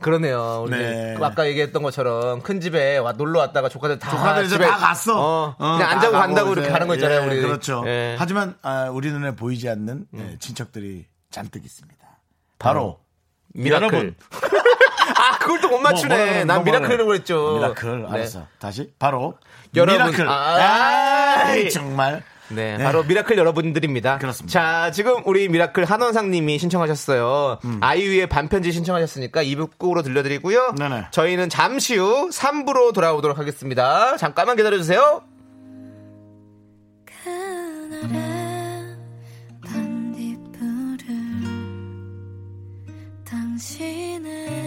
Speaker 2: 그러네요. 우리
Speaker 1: 네.
Speaker 2: 그 아까 얘기했던 것처럼 큰 집에 와, 놀러 왔다가 조카들 다
Speaker 1: 조카들 이제
Speaker 2: 아, 집에-
Speaker 1: 다 갔어.
Speaker 2: 어,
Speaker 1: 어,
Speaker 2: 그냥
Speaker 1: 다
Speaker 2: 안 자고
Speaker 1: 가고
Speaker 2: 간다고
Speaker 1: 이제,
Speaker 2: 이렇게 가는 거 있잖아요.
Speaker 1: 예,
Speaker 2: 우리
Speaker 1: 그렇죠.
Speaker 2: 예. 음.
Speaker 1: 하지만 아, 우리 눈에 보이지 않는 예, 친척들이 잔뜩 있습니다. 바로
Speaker 2: 미라클.
Speaker 1: 여러분.
Speaker 2: 아, 그걸 또 못 맞추네.
Speaker 1: 뭐라고,
Speaker 2: 난
Speaker 1: 뭐라고
Speaker 2: 미라클이라고
Speaker 1: 그래.
Speaker 2: 그랬죠.
Speaker 1: 미라클.
Speaker 2: 네.
Speaker 1: 알았어. 다시 바로
Speaker 2: 여러분.
Speaker 1: 미라클.
Speaker 2: 아,
Speaker 1: 아이, 정말.
Speaker 2: 네,
Speaker 1: 네.
Speaker 2: 바로 미라클 여러분들입니다.
Speaker 1: 그렇습니다.
Speaker 2: 자, 지금 우리 미라클 한원상님이 신청하셨어요.
Speaker 1: 음.
Speaker 2: 아이유의 반편지 신청하셨으니까 2부 곡으로 들려드리고요.
Speaker 1: 네네.
Speaker 2: 저희는 잠시 후 3부로 돌아오도록 하겠습니다. 잠깐만 기다려주세요.
Speaker 11: 그날의 반딧불을 당신은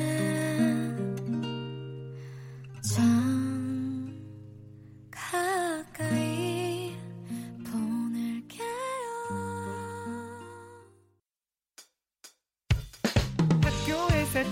Speaker 11: 참 가까이 보낼게요
Speaker 12: 학교에서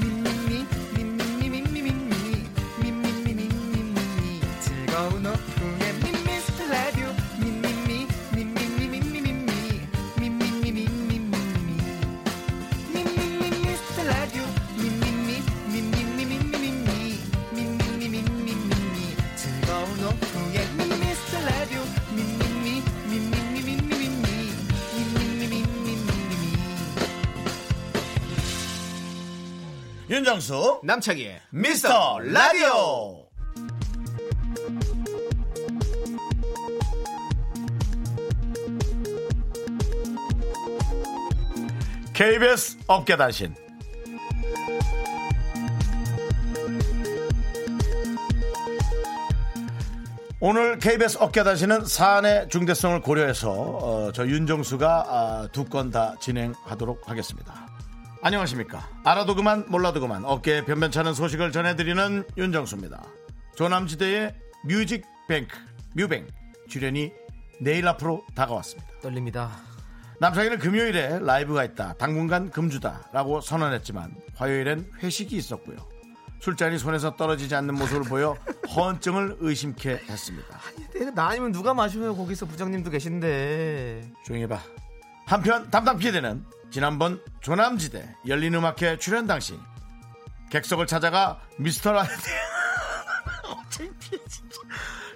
Speaker 12: 미미미 미미미 미미미 미미미 미미미 즐거운 오후에 미스터 라디오 미미미 미미미 미미미 미미미 미미미 미미미 미스터 라디오 미미미 미미미 미미미 미미미 미미미 즐거운 오후에 미스터 라디오 미미미 미미미 미미미 미미미 미미미
Speaker 1: 윤정수
Speaker 2: 남창희의
Speaker 1: 미스터 라디오 KBS 업계 단신 오늘 KBS 업계 단신은 사안의 중대성을 고려해서 어, 저 윤정수가 아, 두 건 다 진행하도록 하겠습니다. 안녕하십니까. 알아도 그만 몰라도 그만 어깨에 변변찮은 소식을 전해드리는 윤정수입니다. 조남지대의 뮤직뱅크 뮤뱅 출연이 내일 앞으로 다가왔습니다.
Speaker 2: 떨립니다.
Speaker 1: 남창희는 금요일에 라이브가 있다. 당분간 금주다라고 선언했지만 화요일엔 회식이 있었고요. 술잔이 손에서 떨어지지 않는 모습을 보여 허언증을 의심케 했습니다.
Speaker 2: 나 아니면 누가 마셔요? 거기서 부장님도 계신데.
Speaker 1: 조용히 해봐. 한편 담당 PD는 지난번 조남지대 열린음악회 출연 당시 객석을 찾아가 미스터 라디오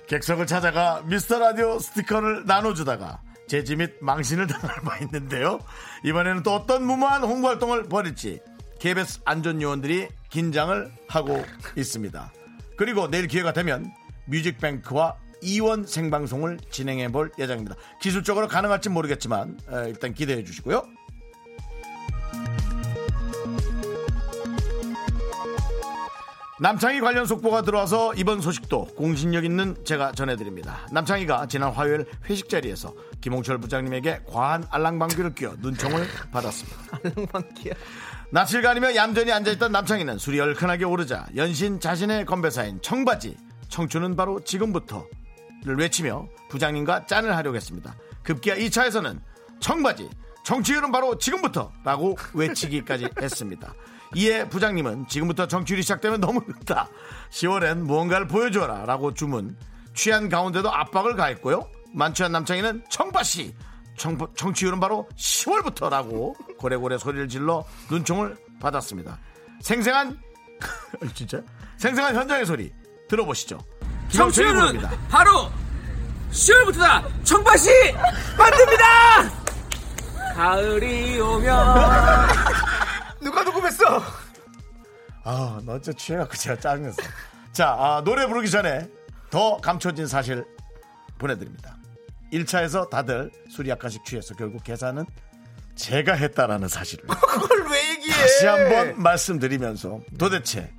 Speaker 1: 객석을 찾아가 미스터 라디오 스티커를 나눠주다가 제지 및 망신을 당할 바 있는데요. 이번에는 또 어떤 무모한 홍보 활동을 벌일지 KBS 안전 요원들이 긴장을 하고 있습니다. 그리고 내일 기회가 되면 뮤직뱅크와 이원 생방송을 진행해 볼 예정입니다. 기술적으로 가능할지 모르겠지만 에, 일단 기대해 주시고요. 남창희 관련 속보가 들어와서 이번 소식도 공신력 있는 제가 전해드립니다. 남창희가 지난 화요일 회식 자리에서 김홍철 부장님에게 과한 알랑방귀를 뀌어 눈총을 받았습니다.
Speaker 2: 알랑방귀야.
Speaker 1: 낯을 가리며 얌전히 앉아있던 남창희는 술이 얼큰하게 오르자 연신 자신의 건배사인 청바지 청춘은 바로 지금부터를 외치며 부장님과 짠을 하려고 했습니다. 급기야 2차에서는 청바지 정치율은 바로 지금부터라고 외치기까지 했습니다. 이에 부장님은 지금부터 정치율이 시작되면 너무 늦다. 10월엔 무언가를 보여줘라 라고 주문. 취한 가운데도 압박을 가했고요. 만취한 남창희는 청바시 정, 정치율은 바로 10월부터라고 고래고래 소리를 질러 눈총을 받았습니다. 생생한 진짜 생생한 현장의 소리 들어보시죠. 기광철이
Speaker 13: 정치율은
Speaker 1: 부릅니다.
Speaker 13: 바로 10월부터다 청바시 만듭니다 가을이 오면
Speaker 2: 누가 녹음했어?
Speaker 1: 아, 나 진짜 취해갖고 제가 짜증났어. 자, 아, 노래 부르기 전에 더 감춰진 사실 보내드립니다. 1차에서 다들 술이 약간씩 취해서 결국 계산은 제가 했다라는 사실을
Speaker 2: 그걸 왜 얘기해?
Speaker 1: 다시 한번 말씀드리면서 도대체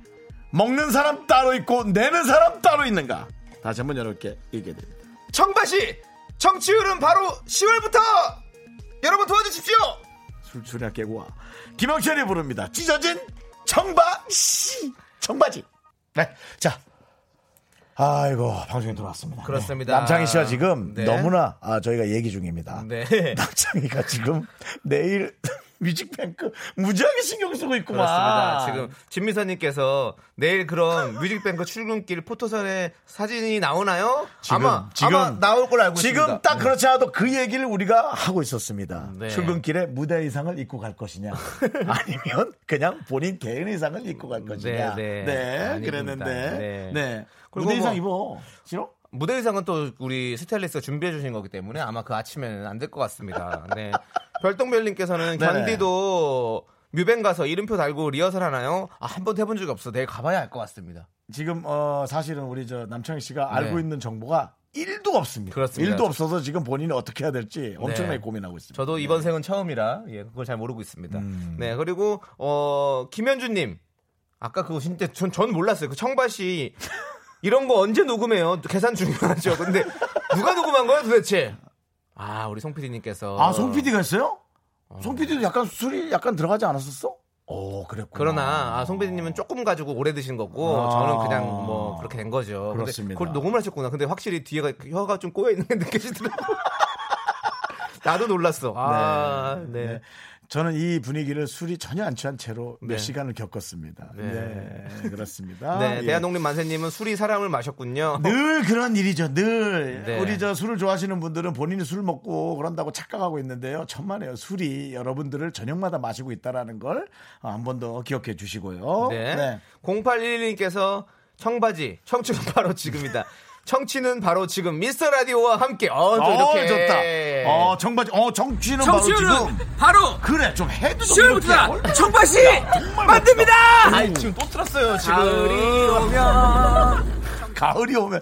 Speaker 1: 먹는 사람 따로 있고 내는 사람 따로 있는가 다시 한번 여러분께 얘기해드립니다.
Speaker 2: 청바시 청취율은 바로 10월부터 여러분 도와주십시오.
Speaker 1: 술술이나 깨고 와. 김학철이 부릅니다. 찢어진 청바 씨 청바지. 네, 자. 아이고 방송에 들어왔습니다.
Speaker 2: 그렇습니다.
Speaker 1: 네. 남창희 씨가 지금
Speaker 2: 네.
Speaker 1: 너무나 아, 저희가 얘기 중입니다.
Speaker 2: 네.
Speaker 1: 남창희가 지금 내일 뮤직뱅크 무지하게 신경 쓰고 있구만.
Speaker 2: 그렇습니다. 지금 진미선님께서 내일 그럼 뮤직뱅크 출근길 포토선에 사진이 나오나요?
Speaker 1: 지금,
Speaker 2: 아마
Speaker 1: 지금,
Speaker 2: 아마 나올 걸 알고
Speaker 1: 지금
Speaker 2: 있습니다.
Speaker 1: 딱 그렇지 않아도 그 얘기를 우리가 하고 있었습니다.
Speaker 2: 네.
Speaker 1: 출근길에 무대 의상을 입고 갈 것이냐, 아니면 그냥 본인 개인 의상을 입고 갈 것이냐.
Speaker 2: 네, 네.
Speaker 1: 네,
Speaker 2: 아닙니다.
Speaker 1: 그랬는데.
Speaker 2: 네.
Speaker 1: 네.
Speaker 2: 그리고
Speaker 1: 무대 의상 입어. 싫어?
Speaker 2: 네. 무대 의상은 또 우리 스타일리스트가 준비해 주신 거기 때문에 아마 그 아침에는 안 될 것 같습니다. 네. 별똥별님께서는
Speaker 1: 네네.
Speaker 2: 견디도 뮤뱅 가서 이름표 달고 리허설 하나요? 아, 한 번도 해본 적이 없어. 내일 가봐야 알 것 같습니다.
Speaker 1: 지금 어, 사실은 우리 저 남창희 씨가 알고
Speaker 2: 네.
Speaker 1: 있는 정보가 1도 없습니다.
Speaker 2: 그렇습니다.
Speaker 1: 1도 없어서 지금 본인이 어떻게 해야 될지 엄청나게
Speaker 2: 네.
Speaker 1: 고민하고 있습니다.
Speaker 2: 저도 이번 생은 처음이라 예, 그걸 잘 모르고 있습니다.
Speaker 1: 음.
Speaker 2: 네, 그리고 어 김현주님 아까 그거 진짜 전, 전 몰랐어요. 그 청바시 이런 거 언제 녹음해요? 계산 중요하죠. 근데 누가 녹음한 거예요 도대체? 아 우리 송 PD님께서
Speaker 1: 아, 송 PD가 했어요? 송 PD도 약간 술이 약간 들어가지 않았었어? 오, 그랬구나.
Speaker 2: 그러나 아, 송 PD님은 조금 가지고 오래 드신 거고
Speaker 1: 아.
Speaker 2: 저는 그냥 뭐 그렇게 된 거죠. 근데
Speaker 1: 그렇습니다.
Speaker 2: 그걸 녹음을 하셨구나. 근데 확실히 뒤에가 혀가 좀 꼬여 있는 게 느껴지더라고. 나도 놀랐어. 아, 네.
Speaker 1: 네. 저는 이 분위기를 술이 전혀 안 취한 채로 몇
Speaker 2: 네.
Speaker 1: 시간을 겪었습니다.
Speaker 2: 네.
Speaker 1: 네, 그렇습니다.
Speaker 2: 네,
Speaker 1: 예. 네.
Speaker 2: 대한독립 만세님은 술이 사람을 마셨군요.
Speaker 1: 늘 그런 일이죠. 늘
Speaker 2: 네.
Speaker 1: 우리 저 술을 좋아하시는 분들은 본인이 술 먹고 그런다고 착각하고 있는데요. 천만에요. 술이 여러분들을 저녁마다 마시고 있다라는 걸 한 번 더 기억해 주시고요.
Speaker 2: 네. 0811님께서 청바지, 청춘은 바로 지금이다. 청취는 바로 지금 미스터 라디오와 함께. 어, 또
Speaker 1: 어,
Speaker 2: 이렇게.
Speaker 1: 좋다. 어, 청바지. 어, 정취는 바로
Speaker 13: 청취율은
Speaker 1: 지금.
Speaker 13: 바로
Speaker 1: 그래, 좀 해도 좀 이렇게
Speaker 13: 시월부터다
Speaker 1: 해.
Speaker 13: 청바시
Speaker 1: 정말
Speaker 13: 만듭니다.
Speaker 1: 멋있다.
Speaker 2: 아이, 지금 또 틀었어요, 지금.
Speaker 13: 가을이 오면
Speaker 1: 가을이 오면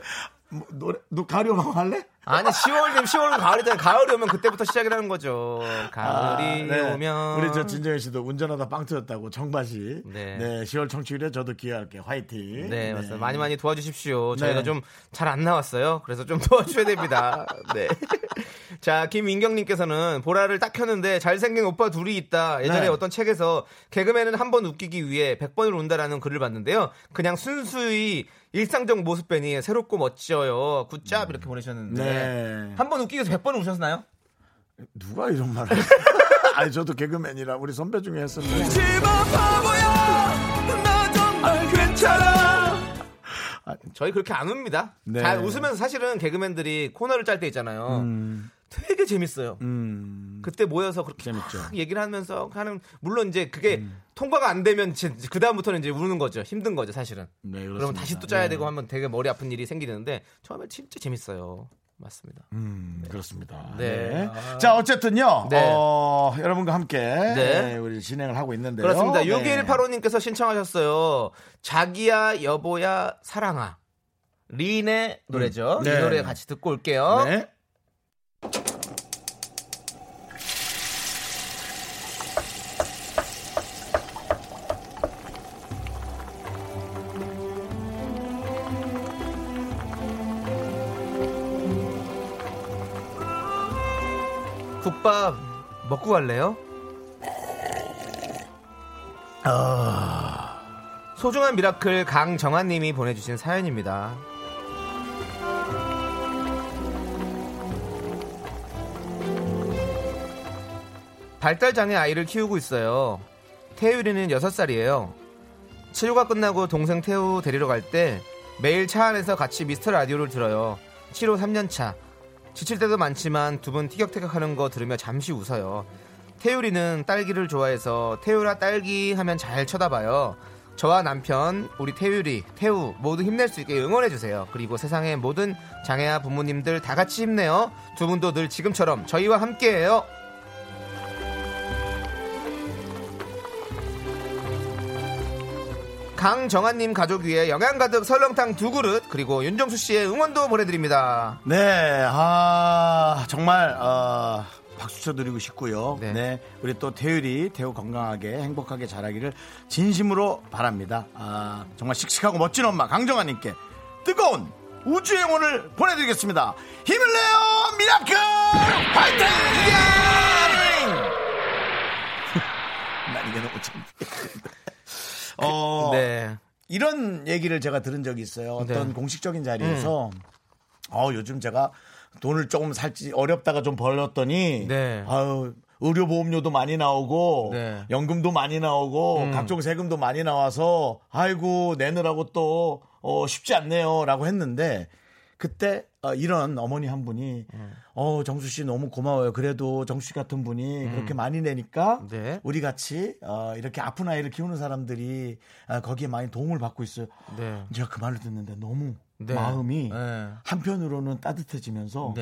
Speaker 1: 뭐, 노래 너 가을이 오면 할래?
Speaker 2: 아니, 10월이면 10월은 가을이잖아. 가을이 오면 그때부터 시작이라는 거죠.
Speaker 1: 아,
Speaker 2: 가을이
Speaker 1: 네.
Speaker 2: 오면.
Speaker 1: 우리 저 진정현 씨도 운전하다 빵 터졌다고 청바지.
Speaker 2: 네.
Speaker 1: 네. 10월 청취율에 저도 기여할게. 화이팅.
Speaker 2: 네, 맞습니다. 많이 많이 도와주십시오. 저희가
Speaker 1: 네.
Speaker 2: 좀 잘 안 나왔어요. 그래서 좀 도와주셔야 됩니다. 네. 자, 김민경님께서는 보라를 딱 켰는데 잘생긴 오빠 둘이 있다. 예전에
Speaker 1: 네.
Speaker 2: 어떤 책에서 개그맨은 한 번 웃기기 위해 100번을 운다라는 글을 봤는데요. 그냥 순수히 일상적 모습 뵈니 새롭고 멋져요. 굿잡 이렇게 보내셨는데
Speaker 1: 음. 네.
Speaker 2: 한 번 웃기기 위해서 100번을 우셨나요?
Speaker 1: 누가 이런 말을? 아니 저도 개그맨이라 우리 선배 중에 했었는데.
Speaker 2: 네. 아, 저희 그렇게 안 웁니다.
Speaker 1: 네.
Speaker 2: 잘 웃으면서 사실은 개그맨들이 코너를 짤 때 있잖아요. 되게 재밌어요. 그때 모여서 그렇게
Speaker 1: 음. 재밌죠. 음.
Speaker 2: 막 얘기를 하면서 하는 물론 이제 그게 통과가 안 되면 그 다음부터는 이제 우는 거죠. 힘든 거죠, 사실은.
Speaker 1: 네, 그렇습니다.
Speaker 2: 그러면 다시 또 짜야
Speaker 1: 네.
Speaker 2: 되고 하면 되게 머리 아픈 일이 생기는데 처음에 진짜 재밌어요. 맞습니다.
Speaker 1: 음, 그렇습니다.
Speaker 2: 네.
Speaker 1: 네. 자, 어쨌든요.
Speaker 2: 네.
Speaker 1: 어, 여러분과 함께 네, 우리 진행을 하고 있는데요.
Speaker 2: 그렇습니다.
Speaker 1: 네.
Speaker 2: 6185님께서 신청하셨어요. 자기야 여보야 사랑아. 린의 노래죠.
Speaker 1: 음. 네.
Speaker 2: 이 노래 같이 듣고 올게요.
Speaker 1: 네.
Speaker 2: 국밥 먹고 갈래요? 아. 소중한 미라클 강정환님이 보내주신 사연입니다. 발달장애 아이를 키우고 있어요. 태율이는 6살이에요. 치료가 끝나고 동생 태우 데리러 갈 때 매일 차 안에서 같이 미스터 라디오를 들어요. 치료 3년차. 지칠 때도 많지만 두 분 티격태격 하는 거 들으며 잠시 웃어요. 태율이는 딸기를 좋아해서 태율아 딸기 하면 잘 쳐다봐요. 저와 남편, 우리 태율이, 태우 모두 힘낼 수 있게 응원해주세요. 그리고 세상의 모든 장애아 부모님들 다 같이 힘내요. 두 분도 늘 지금처럼 저희와 함께해요. 강정한님 가족 위에 영양 가득 설렁탕 두 그릇 그리고 윤정수 씨의 응원도 보내드립니다.
Speaker 1: 네, 아, 정말, 어, 박수 쳐드리고 싶고요. 네. 우리 또 태율이 태우 건강하게 행복하게 자라기를 진심으로 바랍니다. 아, 정말 씩씩하고 멋진 엄마 강정아님께 뜨거운 우주의 응원을 보내드리겠습니다. 힘을 내요! 미라클! 파이팅! 예! 난 이게 너무 참. 어,
Speaker 2: 네.
Speaker 1: 이런 얘기를 제가 들은 적이 있어요. 어떤
Speaker 2: 네. 음.
Speaker 1: 공식적인 자리에서 어, 요즘 제가 돈을 조금 살지 어렵다가 좀 벌렸더니
Speaker 2: 네.
Speaker 1: 아유 의료 보험료도 많이 나오고 연금도 많이 나오고
Speaker 2: 음.
Speaker 1: 각종 세금도 많이 나와서 아이고 내느라고 또 어, 쉽지 않네요라고 했는데 그때 어, 이런 어머니 한 분이
Speaker 2: 음.
Speaker 1: 어 정수 씨 너무 고마워요. 그래도 정수 씨 같은
Speaker 2: 음.
Speaker 1: 분이 그렇게 많이 내니까
Speaker 2: 네.
Speaker 1: 우리 같이 어, 이렇게 아픈 아이를 키우는 사람들이 아, 거기에 많이 도움을 받고 있어요.
Speaker 2: 네.
Speaker 1: 제가 그 말을 듣는데 너무
Speaker 2: 네.
Speaker 1: 마음이 네. 한편으로는 따뜻해지면서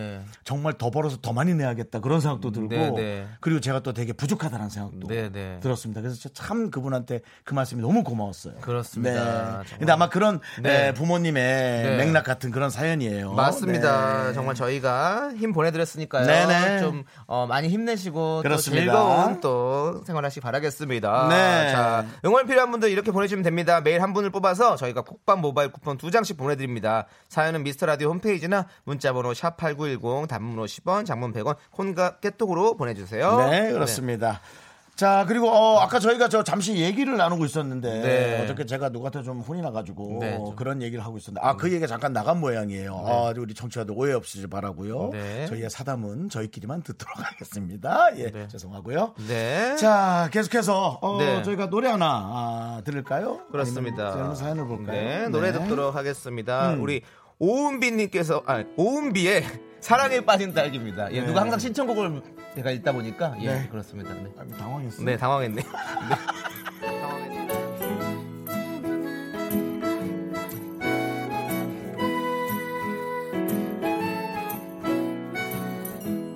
Speaker 1: 정말 더 벌어서 더 많이 내야겠다 그런 생각도 들고
Speaker 2: 네, 네.
Speaker 1: 그리고 제가 또 되게 부족하다는 생각도
Speaker 2: 네, 네.
Speaker 1: 들었습니다. 그래서 저참 그분한테 그 말씀이 너무 고마웠어요.
Speaker 2: 그렇습니다.
Speaker 1: 네.
Speaker 2: 정말.
Speaker 1: 근데 아마 그런
Speaker 2: 네.
Speaker 1: 에, 부모님의
Speaker 2: 네.
Speaker 1: 맥락 같은 그런 사연이에요.
Speaker 2: 맞습니다.
Speaker 1: 네.
Speaker 2: 정말 저희가 힘 보내드렸으니까요.
Speaker 1: 네네.
Speaker 2: 좀 어, 많이 힘내시고
Speaker 1: 그렇습니다.
Speaker 2: 또 즐거운 또 생활하시기 바라겠습니다.
Speaker 1: 네.
Speaker 2: 자 응원 필요한 분들 이렇게 보내주면 됩니다. 매일 한 분을 뽑아서 저희가 콕밥 모바일 쿠폰 두 장씩 보내드립니다. 사연은 미스터 라디오 홈페이지나 문자번호 샵 #8910 단문 50원, 장문 100원, 콘과 깨톡으로 보내주세요.
Speaker 1: 네, 그렇습니다. 자 그리고 어, 아까 저희가 저 잠시 얘기를 나누고 있었는데
Speaker 2: 네.
Speaker 1: 어저께 제가 누구한테 좀 혼이 나가지고
Speaker 2: 네, 좀. 음. 네.
Speaker 1: 그런 얘기를 하고 있었는데 아 그 얘기 가 잠깐 나간 모양이에요. 아, 우리 청취자들 오해 없이 바라고요. 저희의 사담은 저희끼리만 듣도록 하겠습니다. 예 죄송하고요.
Speaker 2: 네.
Speaker 1: 자 계속해서 어,
Speaker 2: 네.
Speaker 1: 저희가 노래 하나 아, 들을까요?
Speaker 2: 그렇습니다.
Speaker 1: 아니면 다른 사연을 볼까요?
Speaker 2: 네, 노래 듣도록 하겠습니다.
Speaker 1: 음.
Speaker 2: 우리 오은비님께서 아 오은비의 사랑에 빠진 딸기입니다. 예,
Speaker 1: 네.
Speaker 2: 누가 항상 신청곡을 내가 읽다 보니까 예
Speaker 1: 네.
Speaker 2: 그렇습니다. 네,
Speaker 1: 당황했어요.
Speaker 2: 네 당황했네.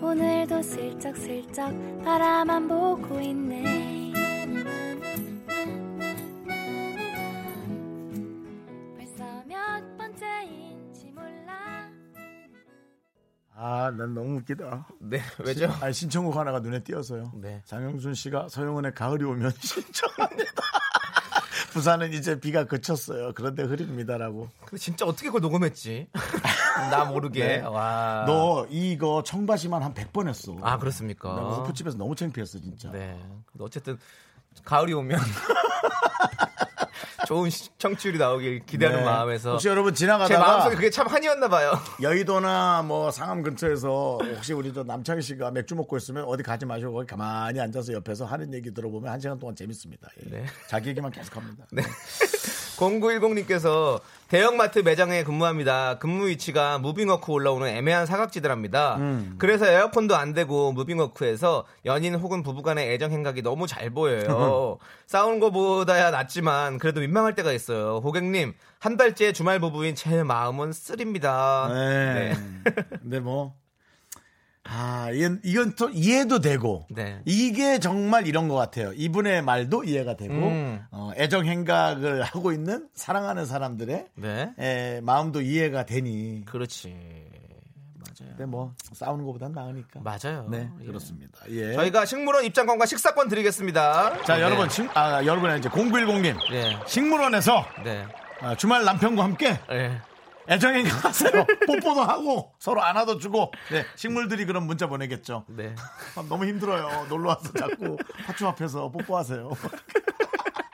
Speaker 11: 오늘도 슬쩍슬쩍 바라만 보고 있네. 벌써 몇 번째인지 몰라.
Speaker 1: 아, 난 너무 웃기다.
Speaker 2: 네, 왜죠? 네.
Speaker 1: 아, 신청곡 하나가 눈에 띄어서요. 장영순 씨가 서영은의 가을이 오면 신청합니다. 부산은 이제 비가 그쳤어요. 그런데 흐립니다라고.
Speaker 2: 근데 진짜 어떻게 그걸 녹음했지? 나 모르게. 와.
Speaker 1: 네. 너 이거 청바시만 한 100번 했어.
Speaker 2: 아 그렇습니까?
Speaker 1: 나 호프집에서 너무 창피했어 진짜.
Speaker 2: 네. 근데 어쨌든 가을이 오면 좋은 시- 청취율이 나오길 기대하는
Speaker 1: 네.
Speaker 2: 마음에서
Speaker 1: 혹시 여러분 지나가다가
Speaker 2: 제 마음속에 그게 참 한이었나 봐요.
Speaker 1: 여의도나 뭐 상암 근처에서 혹시 우리 저 남창희 씨가 맥주 먹고 있으면 어디 가지 마시고 거기 가만히 앉아서 옆에서 하는 얘기 들어보면 한 시간 동안 재밌습니다. 예.
Speaker 2: 네.
Speaker 1: 자기 얘기만 계속합니다.
Speaker 2: 0910님께서 대형마트 매장에 근무합니다. 근무 위치가 무빙워크 올라오는 애매한 사각지대랍니다.
Speaker 1: 음.
Speaker 2: 그래서 에어컨도 안 되고 무빙워크에서 연인 혹은 부부간의 애정 행각이 너무 잘 보여요. 싸우는 것보다야 낫지만 그래도 민망할 때가 있어요. 고객님 한 달째 주말 부부인 제 마음은 쓰립니다.
Speaker 1: 네. 근데 뭐, 아, 이건, 이건 또 이해도 되고,
Speaker 2: 네.
Speaker 1: 이게 정말 이런 것 같아요. 이분의 말도 이해가 되고,
Speaker 2: 음.
Speaker 1: 어, 애정행각을 하고 있는 사랑하는 사람들의
Speaker 2: 네.
Speaker 1: 에, 마음도 이해가 되니.
Speaker 2: 그렇지. 맞아요.
Speaker 1: 근데 뭐, 싸우는 것보단 나으니까.
Speaker 2: 맞아요.
Speaker 1: 네, 그렇습니다. 예.
Speaker 2: 저희가 식물원 입장권과 식사권 드리겠습니다.
Speaker 1: 자,
Speaker 2: 네.
Speaker 1: 여러분, 식, 아, 여러분, 이제 0910님.
Speaker 2: 네.
Speaker 1: 식물원에서
Speaker 2: 네.
Speaker 1: 아, 주말 남편과 함께
Speaker 2: 네.
Speaker 1: 애정행각 하세요. 뽀뽀도 하고 서로 안아도 주고 네, 식물들이 그런 문자 보내겠죠.
Speaker 2: 네.
Speaker 1: 아, 너무 힘들어요. 놀러 와서 자꾸 파초 앞에서 뽀뽀하세요.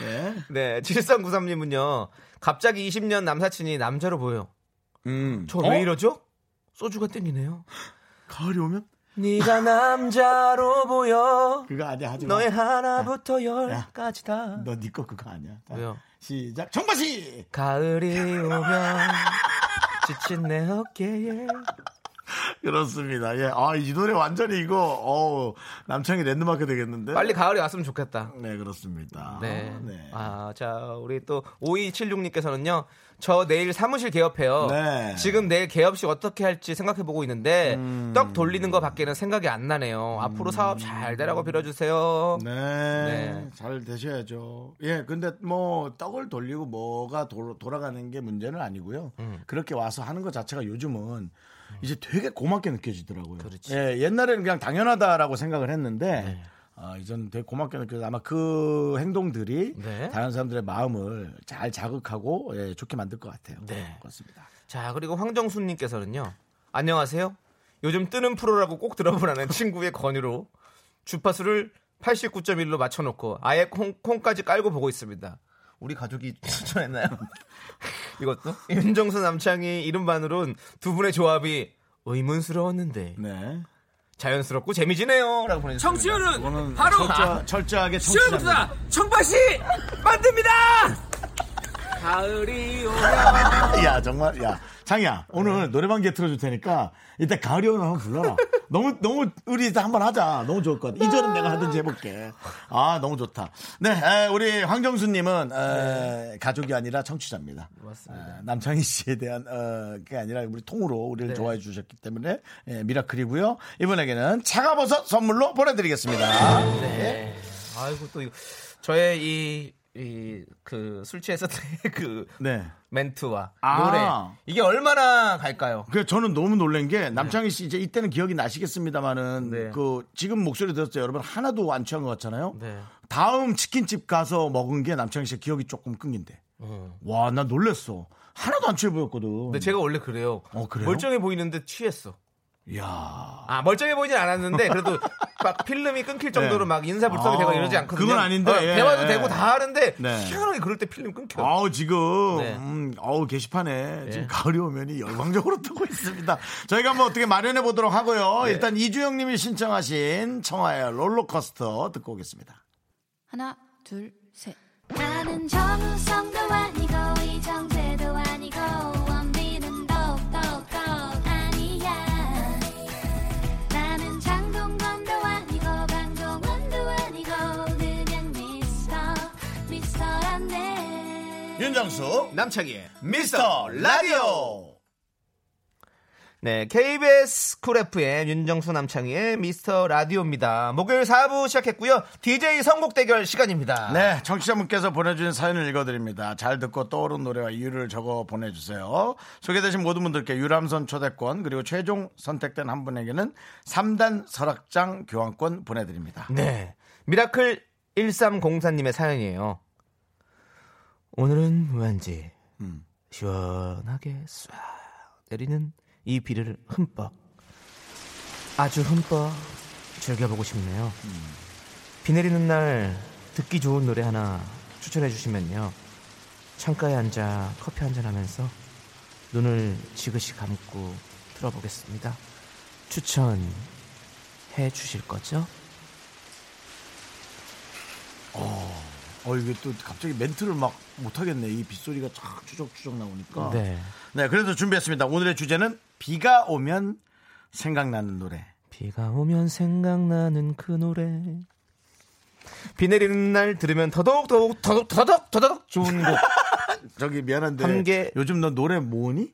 Speaker 1: 네.
Speaker 2: 네, 7393님은요. 갑자기 20년 남사친이 남자로 보여.
Speaker 1: 음.
Speaker 2: 저 왜
Speaker 1: 어?
Speaker 2: 이러죠? 소주가 땡기네요.
Speaker 1: 가을이 오면
Speaker 2: 네가 남자로 보여.
Speaker 1: 그거 아니야 하지 마.
Speaker 2: 너의 하나부터
Speaker 1: 야.
Speaker 2: 열까지 다.
Speaker 1: 너니거 그거 아니야. 자,
Speaker 2: 왜요?
Speaker 1: 시작. 정바시.
Speaker 2: 가을이 오면 지친 내 어깨에
Speaker 1: 그렇습니다. 예. 아, 이 노래 완전히 이거 어우, 남창이 랜드마크 되겠는데.
Speaker 2: 빨리 가을이 왔으면 좋겠다.
Speaker 1: 네,
Speaker 2: 아,
Speaker 1: 그렇습니다.
Speaker 2: 네. 아, 자, 우리 또 5276님께서는요. 저 내일 사무실 개업해요.
Speaker 1: 네.
Speaker 2: 지금 내일 개업식 어떻게 할지 생각해 보고 있는데
Speaker 1: 음.
Speaker 2: 떡 돌리는 거 밖에는 생각이 안 나네요. 앞으로 사업 잘 되라고 빌어주세요.
Speaker 1: 네. 잘 되셔야죠. 예, 근데 뭐 떡을 돌리고 뭐가 돌- 돌아가는 게 문제는 아니고요. 그렇게 와서 하는 것 자체가 요즘은 이제 되게 고맙게 느껴지더라고요. 예, 옛날에는 그냥 당연하다라고 생각을 했는데 아, 이전 되게 고맙게 느껴서 아마 그 행동들이
Speaker 2: 네.
Speaker 1: 다른 사람들의 마음을 잘 자극하고 예, 좋게 만들 것 같아요.
Speaker 2: 네.
Speaker 1: 그렇습니다.
Speaker 2: 자, 그리고 황정수님께서는요. 안녕하세요. 요즘 뜨는 프로라고 꼭 들어보라는 친구의 권유로 주파수를 89.1로 맞춰놓고 아예 콩, 콩까지 깔고 보고 있습니다. 우리 가족이 추천했나요? 이것도? 윤정수 남창희 이름만으론 두 분의 조합이 의문스러웠는데
Speaker 1: 네.
Speaker 2: 자연스럽고 재미지네요. 라고 보내주셨습니다.
Speaker 1: 청취율은
Speaker 2: 바로
Speaker 1: 철저, 철저하게 청취자.
Speaker 12: 시원부터 청바시 만듭니다. 가을이 오면
Speaker 1: 야 정말 야 장이야 오늘 노래방 기에 틀어줄 테니까 이따 가을이 오면 한번 불러라 너무 너무 우리 이따 한번 하자 너무 좋을 것 같아 이 절은 내가 하든지 해볼게 아 너무 좋다 네 에, 우리 황정수님은 에, 가족이 아니라 청취자입니다 에, 남창희 씨에 대한 어, 게 아니라 우리 통으로 우리를 좋아해 주셨기 때문에 예, 미라클이고요 이분에게는 차가버섯 선물로 보내드리겠습니다
Speaker 2: 네. 아이고 또 이거. 저의 이이그술 취했을 때그
Speaker 1: 네.
Speaker 2: 멘트와
Speaker 1: 아.
Speaker 2: 노래 이게 얼마나 갈까요?
Speaker 1: 그 저는 너무 놀란
Speaker 2: 네.
Speaker 1: 게 남창희 씨 이제 이때는 기억이 나시겠습니다만은 그 지금 목소리 들었을 때 여러분 하나도 안 취한 것 같잖아요.
Speaker 2: 네.
Speaker 1: 다음 치킨집 가서 먹은 게 남창희 씨 기억이 조금 끊긴데.
Speaker 2: 어.
Speaker 1: 와, 나 놀랬어. 하나도 안 취해 보였거든.
Speaker 2: 근데 제가 원래 그래요.
Speaker 1: 어, 그래요?
Speaker 2: 멀쩡해 보이는데 취했어.
Speaker 1: 야.
Speaker 2: 아 멀쩡해 보이진 않았는데 그래도 막 필름이 끊길 정도로
Speaker 1: 네.
Speaker 2: 막 인사불성이
Speaker 1: 아,
Speaker 2: 되고 이러지 않거든요.
Speaker 1: 그건 아닌데,
Speaker 2: 어,
Speaker 1: 예,
Speaker 2: 대화도
Speaker 1: 예.
Speaker 2: 되고 다 하는데
Speaker 1: 네.
Speaker 2: 희한하게 그럴 때 필름 끊겨. 요
Speaker 1: 아우 지금
Speaker 2: 네.
Speaker 1: 음, 아우 게시판에 지금 가을이 오면이 열광적으로 뜨고 있습니다. 저희가 한번 어떻게 마련해 보도록
Speaker 2: 네.
Speaker 1: 하고요. 일단 이주영님이 신청하신 청하의 롤러코스터 듣고 오겠습니다.
Speaker 6: 하나, 둘, 셋. 나는 정우성도 아니고 이정재도 아니고 원빈은 더욱더 아니야. 나는 장동건도 아니고 강동원도 아니고 그냥 미스터 미스터란데.
Speaker 1: 윤정수 남창희의 미스터
Speaker 2: 라디오. 네, KBS 쿨 FM 윤정수 남창희의 미스터 라디오입니다. 목요일 4부 시작했고요. DJ 선곡 대결 시간입니다.
Speaker 1: 네, 청취자분께서 보내주신 사연을 읽어드립니다. 잘 듣고 떠오른 노래와 이유를 적어 보내주세요. 소개되신 모든 분들께 유람선 초대권 그리고 최종 선택된 한 분에게는 3단 설악장 교환권 보내드립니다.
Speaker 2: 네. 미라클 1304님의 사연이에요. 오늘은 무한지
Speaker 1: 음.
Speaker 2: 시원하게 쏴 내리는 이 비를 흠뻑 아주 흠뻑 즐겨보고 싶네요. 비 내리는 날 듣기 좋은 노래 하나 추천해 주시면요. 창가에 앉아 커피 한잔 하면서 눈을 지그시 감고 들어보겠습니다. 추천해 주실 거죠?
Speaker 1: 어, 어, 이게 또 갑자기 멘트를 막 못하겠네. 이 빗소리가 쫙 추적추적 나오니까.
Speaker 2: 네.
Speaker 1: 네, 그래서 준비했습니다. 오늘의 주제는 비가 오면 생각나는 노래.
Speaker 2: 비가 오면 생각나는 그 노래. 비 내리는 날 들으면 더더욱 더욱 더더욱 더더욱 더더욱 좋은 곡.
Speaker 1: 저기 미안한데
Speaker 2: 함께-
Speaker 1: 요즘 너 노래 모으니?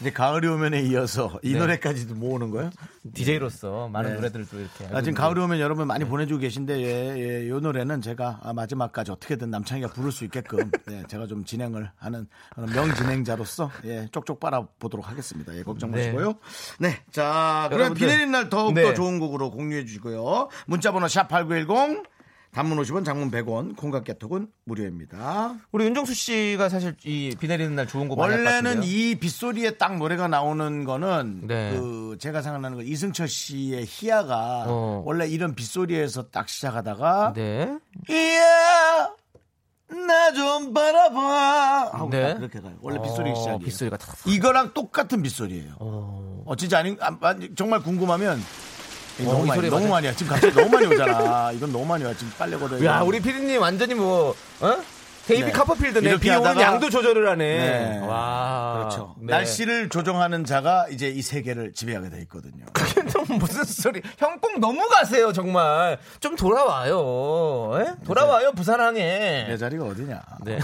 Speaker 1: 이제 가을이 오면에 이어서 이
Speaker 2: 네.
Speaker 1: 노래까지도 모으는 거야?
Speaker 2: DJ로서 많은
Speaker 1: 네.
Speaker 2: 노래들도 이렇게.
Speaker 1: 아, 지금 가을이 오면 여러분 많이 보내주고 계신데 예, 예, 요 노래는 제가 아, 마지막까지 어떻게든 남창이가 부를 수 있게끔 네, 제가 좀 진행을 하는 그런 명진행자로서 예, 쪽쪽 빨아보도록 하겠습니다. 예, 걱정
Speaker 2: 네.
Speaker 1: 마시고요. 네, 자 그럼
Speaker 2: 여러분들-
Speaker 1: 비 내리는 날 더욱더
Speaker 2: 네.
Speaker 1: 좋은 곡으로 공유해 주시고요. 문자번호 샵 #8910 단문 50원, 장문 100원, 공각 개톡은 무료입니다.
Speaker 2: 우리 윤정수 씨가 사실 이 비 내리는 날 좋은 곡 많이 할것
Speaker 1: 원래는
Speaker 2: 같은데요.
Speaker 1: 이 빗소리에 딱 노래가 나오는 거는
Speaker 2: 네.
Speaker 1: 그 제가 생각나는 건 이승철 씨의 희야가
Speaker 2: 어.
Speaker 1: 원래 이런 빗소리에서 딱 시작하다가
Speaker 2: 네.
Speaker 1: 이야 나 좀 바라봐 하고
Speaker 2: 네.
Speaker 1: 딱 그렇게 가요. 원래 빗소리
Speaker 2: 어,
Speaker 1: 시작이에요.
Speaker 2: 빗소리가
Speaker 1: 이거랑 똑같은 빗소리예요.
Speaker 2: 어,
Speaker 1: 어, 진짜 아니, 아, 아니, 정말 궁금하면
Speaker 2: 어,
Speaker 1: 너무
Speaker 2: 이
Speaker 1: 많이
Speaker 2: 소리
Speaker 1: 너무
Speaker 2: 맞아.
Speaker 1: 많이 와. 지금 갑자기 너무 많이 오잖아. 이건 너무 많이 와. 지금 빨래 걸어.
Speaker 2: 야, 우리 피디님 완전히 뭐, 어? 데이비
Speaker 1: 네.
Speaker 2: 카퍼필드네.
Speaker 1: 이렇게
Speaker 2: 비 오는
Speaker 1: 하다가-
Speaker 2: 양도 조절을 하네.
Speaker 1: 네.
Speaker 2: 와.
Speaker 1: 그렇죠.
Speaker 2: 네.
Speaker 1: 날씨를 조정하는 자가 이제 이 세계를 지배하게 돼 있거든요.
Speaker 2: 무슨 소리. 형 꼭 너무 가세요, 정말. 좀 네. 돌아와요. 예? 돌아와요, 부산항에.
Speaker 1: 내 자리가 어디냐?
Speaker 2: 네.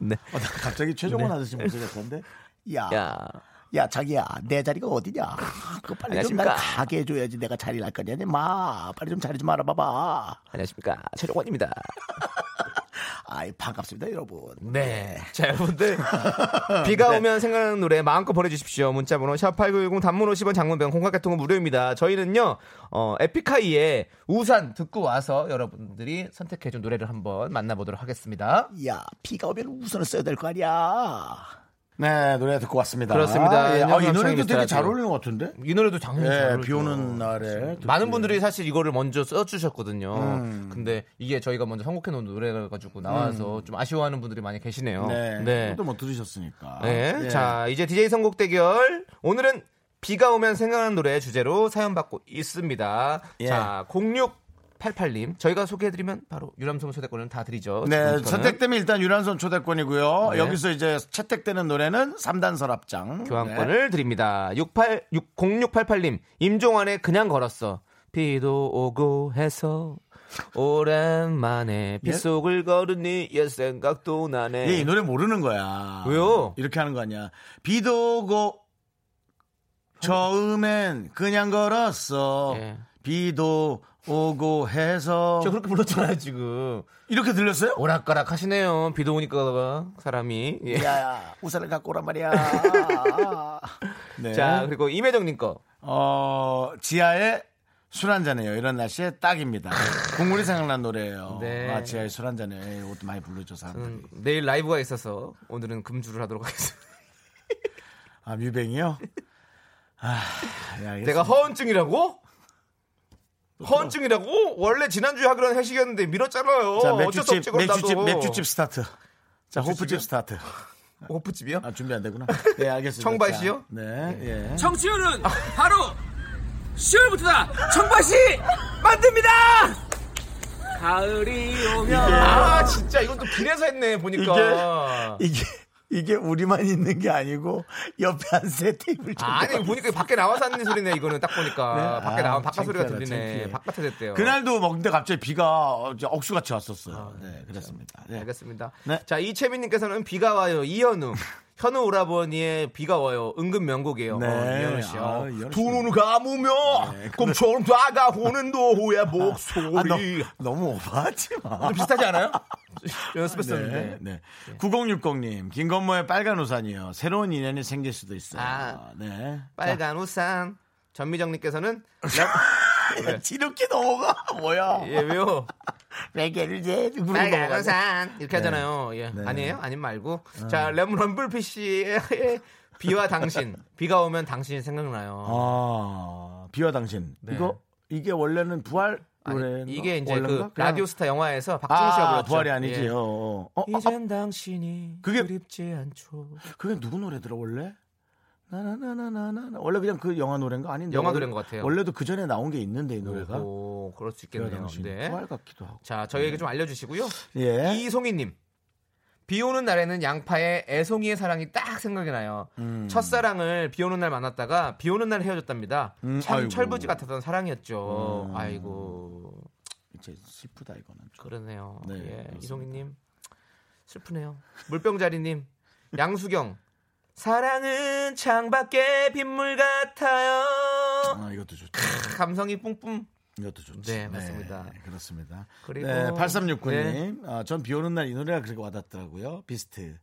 Speaker 14: 네.
Speaker 1: 어, 나 갑자기 최종원
Speaker 14: 네.
Speaker 1: 아저씨 목소리 같은데? 야.
Speaker 14: 야.
Speaker 1: 야, 자기야, 내 자리가 어디냐? 그거 빨리 좀
Speaker 14: 안녕하십니까?
Speaker 1: 날 가게 해줘야지 내가 자리를 할 거냐? 마, 빨리 좀 자리 좀 알아봐봐.
Speaker 14: 안녕하십니까 최종원입니다.
Speaker 1: 아이, 반갑습니다, 여러분.
Speaker 2: 네. 자, 여러분들. 네. 비가 오면 생각나는 노래 마음껏 보내주십시오. 문자번호 샵8910 단문 50원 장문병 공각개통은 무료입니다. 저희는요, 어, 에픽하이의 우산 듣고 와서 여러분들이 선택해준 노래를 한번 만나보도록 하겠습니다.
Speaker 1: 야, 비가 오면 우산을 써야 될 거 아니야? 네, 노래 듣고 왔습니다.
Speaker 2: 그렇습니다.
Speaker 1: 예, 아, 이
Speaker 2: 윤정수
Speaker 1: 노래도 되게
Speaker 2: 미스터
Speaker 1: 잘
Speaker 2: 라디오.
Speaker 1: 어울리는 것 같은데?
Speaker 2: 이 노래도 당연히
Speaker 1: 예,
Speaker 2: 잘 어울리죠. 그렇죠.
Speaker 1: 비 오는 날에.
Speaker 2: 많은 분들이 사실 이거를 먼저 써주셨거든요.
Speaker 1: 음.
Speaker 2: 근데 이게 저희가 먼저 선곡해놓은 노래라 가지고 나와서 좀 아쉬워하는 분들이 많이 음. 어, 계시네요.
Speaker 1: 네. 그것도 못 들으셨으니까.
Speaker 2: 네.
Speaker 1: 예.
Speaker 2: 자, 이제 DJ 선곡 대결. 오늘은 비가 오면 생각나는 노래 주제로 사연 받고 있습니다.
Speaker 1: 예.
Speaker 2: 자, 0688님. 저희가 소개해드리면 바로 유람선 초대권은 다 드리죠.
Speaker 1: 네,
Speaker 2: 지금부터는.
Speaker 1: 선택되면 일단 유란선 초대권이고요.
Speaker 2: 뭐 네.
Speaker 1: 여기서 이제 채택되는 노래는 3단 서랍장.
Speaker 2: 교환권을 드립니다. 68, 6, 0688님, 임종환의 그냥 걸었어. 비도 오고 해서 오랜만에 빗속을 걸으니 옛 생각도 나네.
Speaker 1: 예, 얘이 노래 모르는 거야.
Speaker 2: 왜요?
Speaker 1: 이렇게 하는 거 아니야. 비도 오고 처음엔 그냥 걸었어. 비도 오고 해서
Speaker 2: 예. 저 그렇게 불렀잖아요, 지금.
Speaker 1: 이렇게 들렸어요?
Speaker 2: 오락가락 하시네요. 비도 오니까 사람이. 예.
Speaker 1: 야야 우산을 갖고 오란 말이야. 네.
Speaker 2: 자, 그리고 임혜정님 거.
Speaker 1: 어 지하의 술 한잔해요. 이런 날씨에 딱입니다. 국물이 생각난 노래예요.
Speaker 2: 네.
Speaker 1: 아 지하의 술 한잔해요. 에이, 이것도 많이 부르죠 사람들이.
Speaker 2: 저는 음, 내일 라이브가 있어서 오늘은 금주를 하도록 하겠습니다.
Speaker 1: 아 뮤뱅이요? 아, 예, 알겠습니다.
Speaker 2: 내가 허언증이라고? 허언증이라고? 원래 지난주에 하기로 한 회식이었는데 밀었잖아요.
Speaker 1: 자
Speaker 2: 어쩔 수 없지,
Speaker 1: 맥주집
Speaker 2: 그럼
Speaker 1: 맥주집
Speaker 2: 나도.
Speaker 1: 맥주집 스타트. 자 호프집 스타트.
Speaker 2: 호프집이요?
Speaker 1: 아 준비 안 되구나. 예 알겠습니다.
Speaker 2: 청바
Speaker 1: 자,
Speaker 2: 씨요?
Speaker 1: 네. 예.
Speaker 12: 청취율은 바로 10월부터다. 청바시 만듭니다. 가을이 오면
Speaker 2: 아, 진짜 이건 또 길에서 했네, 보니까.
Speaker 1: 이게 이게 우리만 있는 게 아니고 옆에 한 세 테이블 정도.
Speaker 2: 아니, 보니까 밖에 나와서 하는 소리네, 이거는 딱 보니까.
Speaker 1: 네?
Speaker 2: 밖에
Speaker 1: 아,
Speaker 2: 나와, 바깥 소리가
Speaker 1: 창피하다,
Speaker 2: 들리네.
Speaker 1: 창피해.
Speaker 2: 바깥에 됐대요.
Speaker 1: 그날도 먹는데 갑자기 비가 어, 이제 억수같이 왔었어요. 네, 그렇습니다. 네.
Speaker 2: 알겠습니다. 자, 이채민님께서는 비가 와요. 이현우. 현우 오라버니의 비가 와요. 은근 명곡이에요.
Speaker 1: 네.
Speaker 2: 어, 이현우
Speaker 1: 아,
Speaker 2: 씨요.
Speaker 1: 이현우 네,
Speaker 2: 두 눈을 감으며 꿈처럼 다가오는 노의 목소리.
Speaker 1: 아, 너, 무 오버하지 마.
Speaker 2: 오늘 비슷하지 않아요?
Speaker 1: 네.
Speaker 2: 연습했었는데.
Speaker 1: 네. 9060님, 김건모의 빨간 우산이요. 새로운 인연이 생길 수도 있어요.
Speaker 2: 아.
Speaker 1: 네.
Speaker 2: 빨간 우산. 전미정님께서는
Speaker 1: 자, 이렇게 아, 넘어가 뭐야?
Speaker 2: 예, 왜요?
Speaker 1: 레게를 이제
Speaker 2: 빨간 우산 이렇게
Speaker 1: 네.
Speaker 2: 하잖아요. 예.
Speaker 1: 네.
Speaker 2: 아니에요? 아님 말고.
Speaker 1: 어.
Speaker 2: 자, 램럼블피쉬의 비와 당신. 비가 오면 당신이 생각나요.
Speaker 1: 아, 비와 당신. 이거 이게 원래는 부활 노래
Speaker 2: 이게 이제 그 라디오스타 영화에서 박진우 씨가
Speaker 1: 아,
Speaker 2: 불렀죠.
Speaker 1: 부활이
Speaker 2: 예.
Speaker 1: 아니지요. 어, 어,
Speaker 2: 이젠 당신이
Speaker 1: 그게-
Speaker 2: 그립지 않죠.
Speaker 1: 그게 누구 노래더라 원래? 나나나나나나 원래 그냥 그 영화 노래인가 아닌데
Speaker 2: 영화
Speaker 1: 원래-
Speaker 2: 노래인 것 같아요.
Speaker 1: 원래도 그 전에 나온 게 있는데 이 노래가
Speaker 2: 오, 그럴 수
Speaker 1: 비와
Speaker 2: 있겠네요.
Speaker 1: 당신.
Speaker 2: 네.
Speaker 1: 부활 네. 같기도 하고.
Speaker 2: 자, 저희에게 좀 알려주시고요.
Speaker 1: 예.
Speaker 2: 이송이님. 비 오는 날에는 양파의 애송이의 사랑이 딱 생각이 나요.
Speaker 1: 음.
Speaker 2: 첫사랑을 비 오는 날 만났다가 비 오는 날 헤어졌답니다.
Speaker 1: 음,
Speaker 2: 참
Speaker 1: 아이고.
Speaker 2: 철부지 같았던 사랑이었죠.
Speaker 1: 음.
Speaker 2: 아이고.
Speaker 1: 이제 슬프다 이거는.
Speaker 2: 그러네요.
Speaker 1: 네,
Speaker 2: 예,
Speaker 1: 그렇습니다.
Speaker 2: 이송이님 슬프네요. 물병자리님 양수경 사랑은 창밖에 빗물 같아요.
Speaker 1: 아 이것도 좋죠.
Speaker 2: 감성이 뿜뿜.
Speaker 1: 이것도 좋죠.
Speaker 2: 네, 맞습니다.
Speaker 1: 그렇습니다.
Speaker 2: 그리고- 네.
Speaker 1: 네, 8369님. 아, 전 비 오는 날 이 노래가 그렇게 와닿더라고요. 비스트.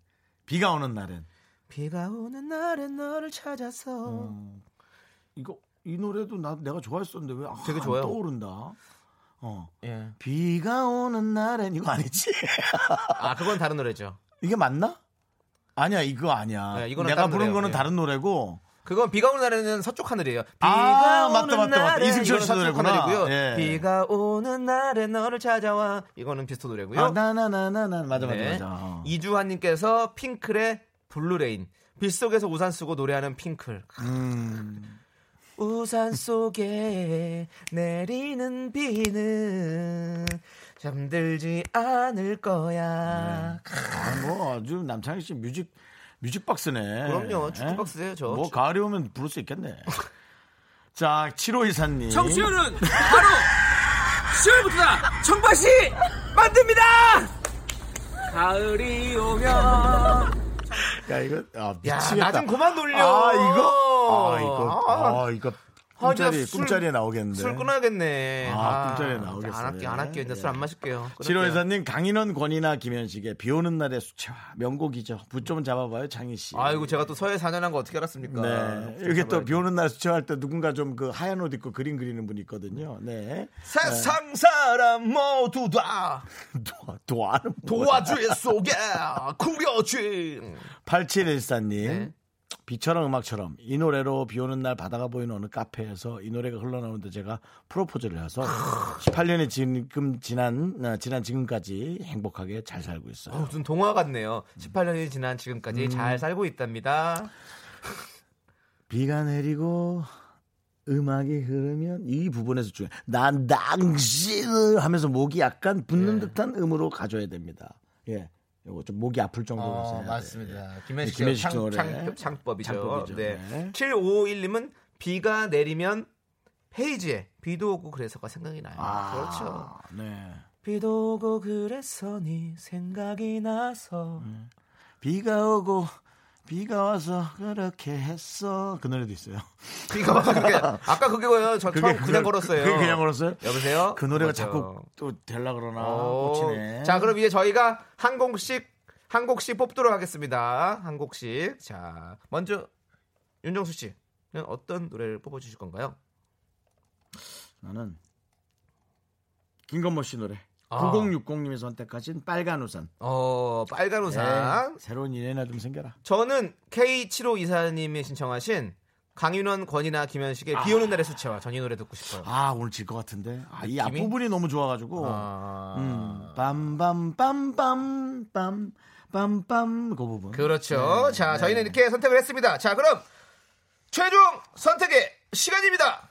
Speaker 1: 비가 오는 날엔.
Speaker 2: 비가 오는 날엔 너를 찾아서
Speaker 1: 음, 이거 이 노래도 나 내가 좋아했었는데 왜 아,
Speaker 2: 되게 좋아요.
Speaker 1: 떠오른다. 어.
Speaker 2: 예.
Speaker 1: 비가 오는 날엔 이거 아니지?
Speaker 2: 아 그건 다른 노래죠.
Speaker 1: 이게 맞나? 아니야, 이거 아니야.
Speaker 2: 네, 이거는
Speaker 1: 내가
Speaker 2: 다른
Speaker 1: 부른
Speaker 2: 노래예요.
Speaker 1: 거는
Speaker 2: 예.
Speaker 1: 다른 노래고
Speaker 2: 그건 비가 오는 날에는 서쪽 하늘이에요.
Speaker 1: 아,
Speaker 2: 비가
Speaker 1: 맞다,
Speaker 2: 오는
Speaker 1: 맞다, 맞다.
Speaker 2: 날엔
Speaker 1: 이승철
Speaker 2: 이거는
Speaker 1: 씨
Speaker 2: 서쪽
Speaker 1: 노래구나.
Speaker 2: 하늘이고요.
Speaker 1: 예.
Speaker 2: 비가 오는 날에 너를 찾아와 이거는 비슷한 노래고요.
Speaker 1: 아, 나나나나나 맞아 맞아
Speaker 2: 네.
Speaker 1: 맞아. 어.
Speaker 2: 이주환님께서 핑클의 블루레인 빗속에서 우산 쓰고 노래하는 핑클
Speaker 1: 음.
Speaker 2: 우산 속에 내리는 비는 잠들지 않을 거야
Speaker 1: 아, 뭐 아주 남창희 씨 뮤직 뮤직박스네.
Speaker 2: 그럼요.
Speaker 1: 예?
Speaker 2: 주크박스예요, 저.
Speaker 1: 뭐 가을이 오면 부를 수 있겠네. 자, 7호 이사님.
Speaker 12: 청취율은 바로 10월부터다. 청바시 만듭니다. 가을이 오면
Speaker 1: 야 이거 아
Speaker 2: 야,
Speaker 1: 미치겠다.
Speaker 2: 나좀 그만 놀려.
Speaker 1: 아 이거. 아 이거.
Speaker 2: 아.
Speaker 1: 아, 이거.
Speaker 2: 아,
Speaker 1: 꿈자리
Speaker 2: 진짜 술-
Speaker 1: 꿈자리에 나오겠는데.
Speaker 2: 술 끊어야겠네.
Speaker 1: 아, 꿈자리에 나오겠어요.
Speaker 2: 안 할게요, 안 할게요. 이제 술 안 마실게요. 끊을게요.
Speaker 1: 지로회사님 강인원 권이나 김현식의 비 오는 날의 수채화 명곡이죠. 붓 좀 잡아봐요 장희 씨.
Speaker 2: 아이고, 제가 또 서해 4년한 거 어떻게 알았습니까?
Speaker 1: 네.
Speaker 2: 좀
Speaker 1: 이렇게 또
Speaker 2: 잡아야지.
Speaker 1: 비 오는 날 수채화할 때 누군가 좀 그 하얀 옷 입고 그림 그리는 분이 있거든요. 네.
Speaker 2: 세상 사람 모두 다
Speaker 1: 도와, 도와는
Speaker 2: 도화줄 속에 구려진
Speaker 1: 8714님. 비처럼 음악처럼 이 노래로 비 오는 날 바다가 보이는 어느 카페에서 이 노래가 흘러나오는데 제가 프로포즈를 해서 18년이 지금 지난 어, 지난 지금까지 행복하게 잘 살고 있어요.
Speaker 2: 무슨 동화 같네요. 18년이 지난 지금까지
Speaker 1: 음.
Speaker 2: 잘 살고 있답니다.
Speaker 1: 비가 내리고 음악이 흐르면 이 부분에서 중요해. 난 당신을 하면서 목이 약간 붙는 듯한 음으로 가져야 됩니다. 예. 요거 좀 목이 아플 정도로 해야
Speaker 2: 어,
Speaker 1: 돼요.
Speaker 2: 맞습니다.
Speaker 1: 네,
Speaker 2: 김현식 씨의
Speaker 1: 김현식
Speaker 2: 창,
Speaker 1: 노래.
Speaker 2: 창, 창법이죠.
Speaker 1: 창법이죠.
Speaker 2: 네.
Speaker 1: 네.
Speaker 2: 7551님은 비가 내리면 페이지에 비도 오고 그래서가 생각이 나요.
Speaker 1: 아.
Speaker 2: 그렇죠.
Speaker 1: 네.
Speaker 2: 비도 오고 그래서 네 생각이 나서
Speaker 1: 음. 비가 오고 비가 와서 그렇게 했어. 그 노래도 있어요.
Speaker 2: 비가 와서 그게 아까 그거요. 저 처음 그냥 걸었어요.
Speaker 1: 그게 그냥 걸었어요?
Speaker 2: 여보세요?
Speaker 1: 그 노래가
Speaker 2: 맞아요.
Speaker 1: 자꾸 또 될라 그러나
Speaker 2: 오.
Speaker 1: 꽂히네.
Speaker 2: 자, 그럼 이제 저희가 한 곡씩 한 곡씩 뽑도록 하겠습니다. 한 곡씩. 자, 먼저 윤정수 씨는 어떤 노래를 뽑아 주실 건가요?
Speaker 1: 나는 김건모 씨 노래.
Speaker 2: 아.
Speaker 1: 9060님이 선택하신 빨간 우산.
Speaker 2: 어, 빨간 우산.
Speaker 1: 네, 새로운 일이나 좀 생겨라.
Speaker 2: 저는 K75 이사님이 신청하신 강윤원, 권이나 김현식의 비 오는 날의 수채화 전이 노래 듣고 싶어요.
Speaker 1: 아 오늘 질 것 같은데. 아, 이
Speaker 2: 느낌이?
Speaker 1: 앞부분이 너무 좋아가지고.
Speaker 2: 아.
Speaker 1: 음, 빰빰빰빰빰 빰빰 그 부분.
Speaker 2: 그렇죠.
Speaker 1: 네,
Speaker 2: 자,
Speaker 1: 네.
Speaker 2: 저희는 이렇게 선택을 했습니다. 자, 그럼 최종 선택의 시간입니다.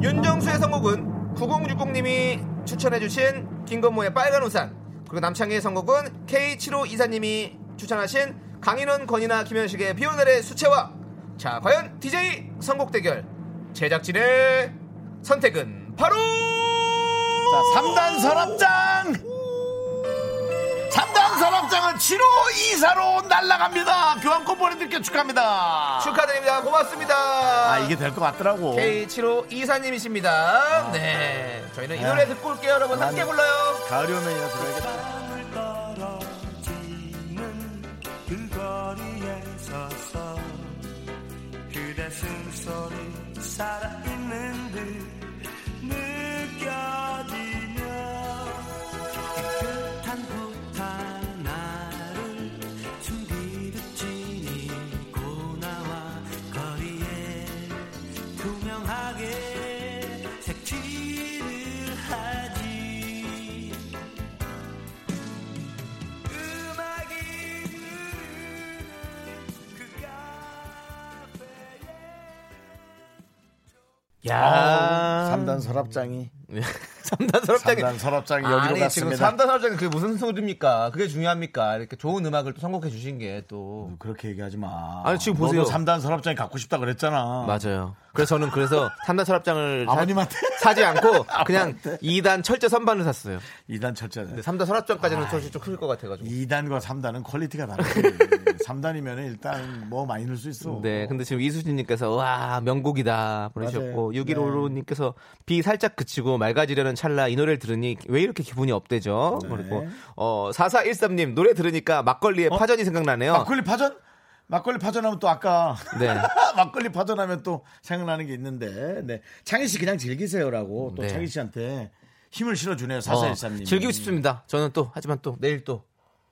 Speaker 2: 윤정수의 선곡은 9060님이 추천해주신 김건모의 빨간 우산 그리고 남창희의 선곡은 K75 이사님이 추천하신 강인원 권이나 김현식의 비오늘의 수채화 자 과연 DJ 선곡 대결 제작진의 선택은 바로
Speaker 1: 자, 3단 서랍장! 3단 서랍장은 7호 2사로 날라갑니다. 교환권 보내드릴게 축하합니다.
Speaker 2: 축하드립니다 고맙습니다
Speaker 1: 아, 이게 뭐. 될 것 같더라고.
Speaker 2: K75 이사님이십니다 네 저희는 이 노래
Speaker 1: 아.
Speaker 2: 듣고 올게요 여러분 함께
Speaker 1: 난-
Speaker 2: 불러요
Speaker 1: 가을이 오면 이거 들어야겠다.
Speaker 13: 길거리에 서서 그대 숨소리 살아있는 듯 느껴지며 깨끗한 부탄 나를 숨비듯 지니고 나와 거리에 투명하게 색칠을 하지 음악이
Speaker 1: 아,
Speaker 2: 야.
Speaker 1: 3단 서랍장이.
Speaker 2: 3단 서랍장이
Speaker 1: 삼단 서랍장이 여기로
Speaker 2: 아니, 지금
Speaker 1: 갔습니다.
Speaker 2: 3단 서랍장이 그게 무슨 소리입니까? 그게 중요합니까? 이렇게 좋은 음악을 또 선곡해 주신 게 또
Speaker 1: 그렇게 얘기하지 마.
Speaker 2: 아니, 지금 보세요.
Speaker 1: 3단 서랍장이 갖고 싶다 그랬잖아.
Speaker 2: 맞아요. 그래서 저는 그래서 3단 서랍장을 사-
Speaker 1: 아버님한테?
Speaker 2: 사지 않고 그냥 2단 철제 선반을 샀어요.
Speaker 1: 2단 철제는.
Speaker 2: 근데 3단 서랍장까지는 솔직히 좀 클 것 같아 가지고.
Speaker 1: 2단과 3단은 퀄리티가 다르지. 3단이면 일단 뭐 많이 넣을 수 있어.
Speaker 2: 네, 근데 지금 이수진님께서 와 명곡이다 보내셨고
Speaker 1: 맞아요.
Speaker 2: 6155님께서 비 살짝 그치고 맑아지려는 찰나 이 노래를 들으니 왜 이렇게 기분이 업되죠? 그리고 어 4413님 노래 들으니까 막걸리에 파전이 생각나네요.
Speaker 1: 막걸리 파전? 막걸리 파전하면 또 아까
Speaker 2: 어. 네.
Speaker 1: 막걸리 파전하면 또 생각나는 게 있는데 네. 창희 씨 그냥 즐기세요라고 또
Speaker 2: 네.
Speaker 1: 창희 씨한테 힘을 실어주네요 사사일삼님
Speaker 2: 어, 즐기고 싶습니다. 저는 또 하지만 또 내일 또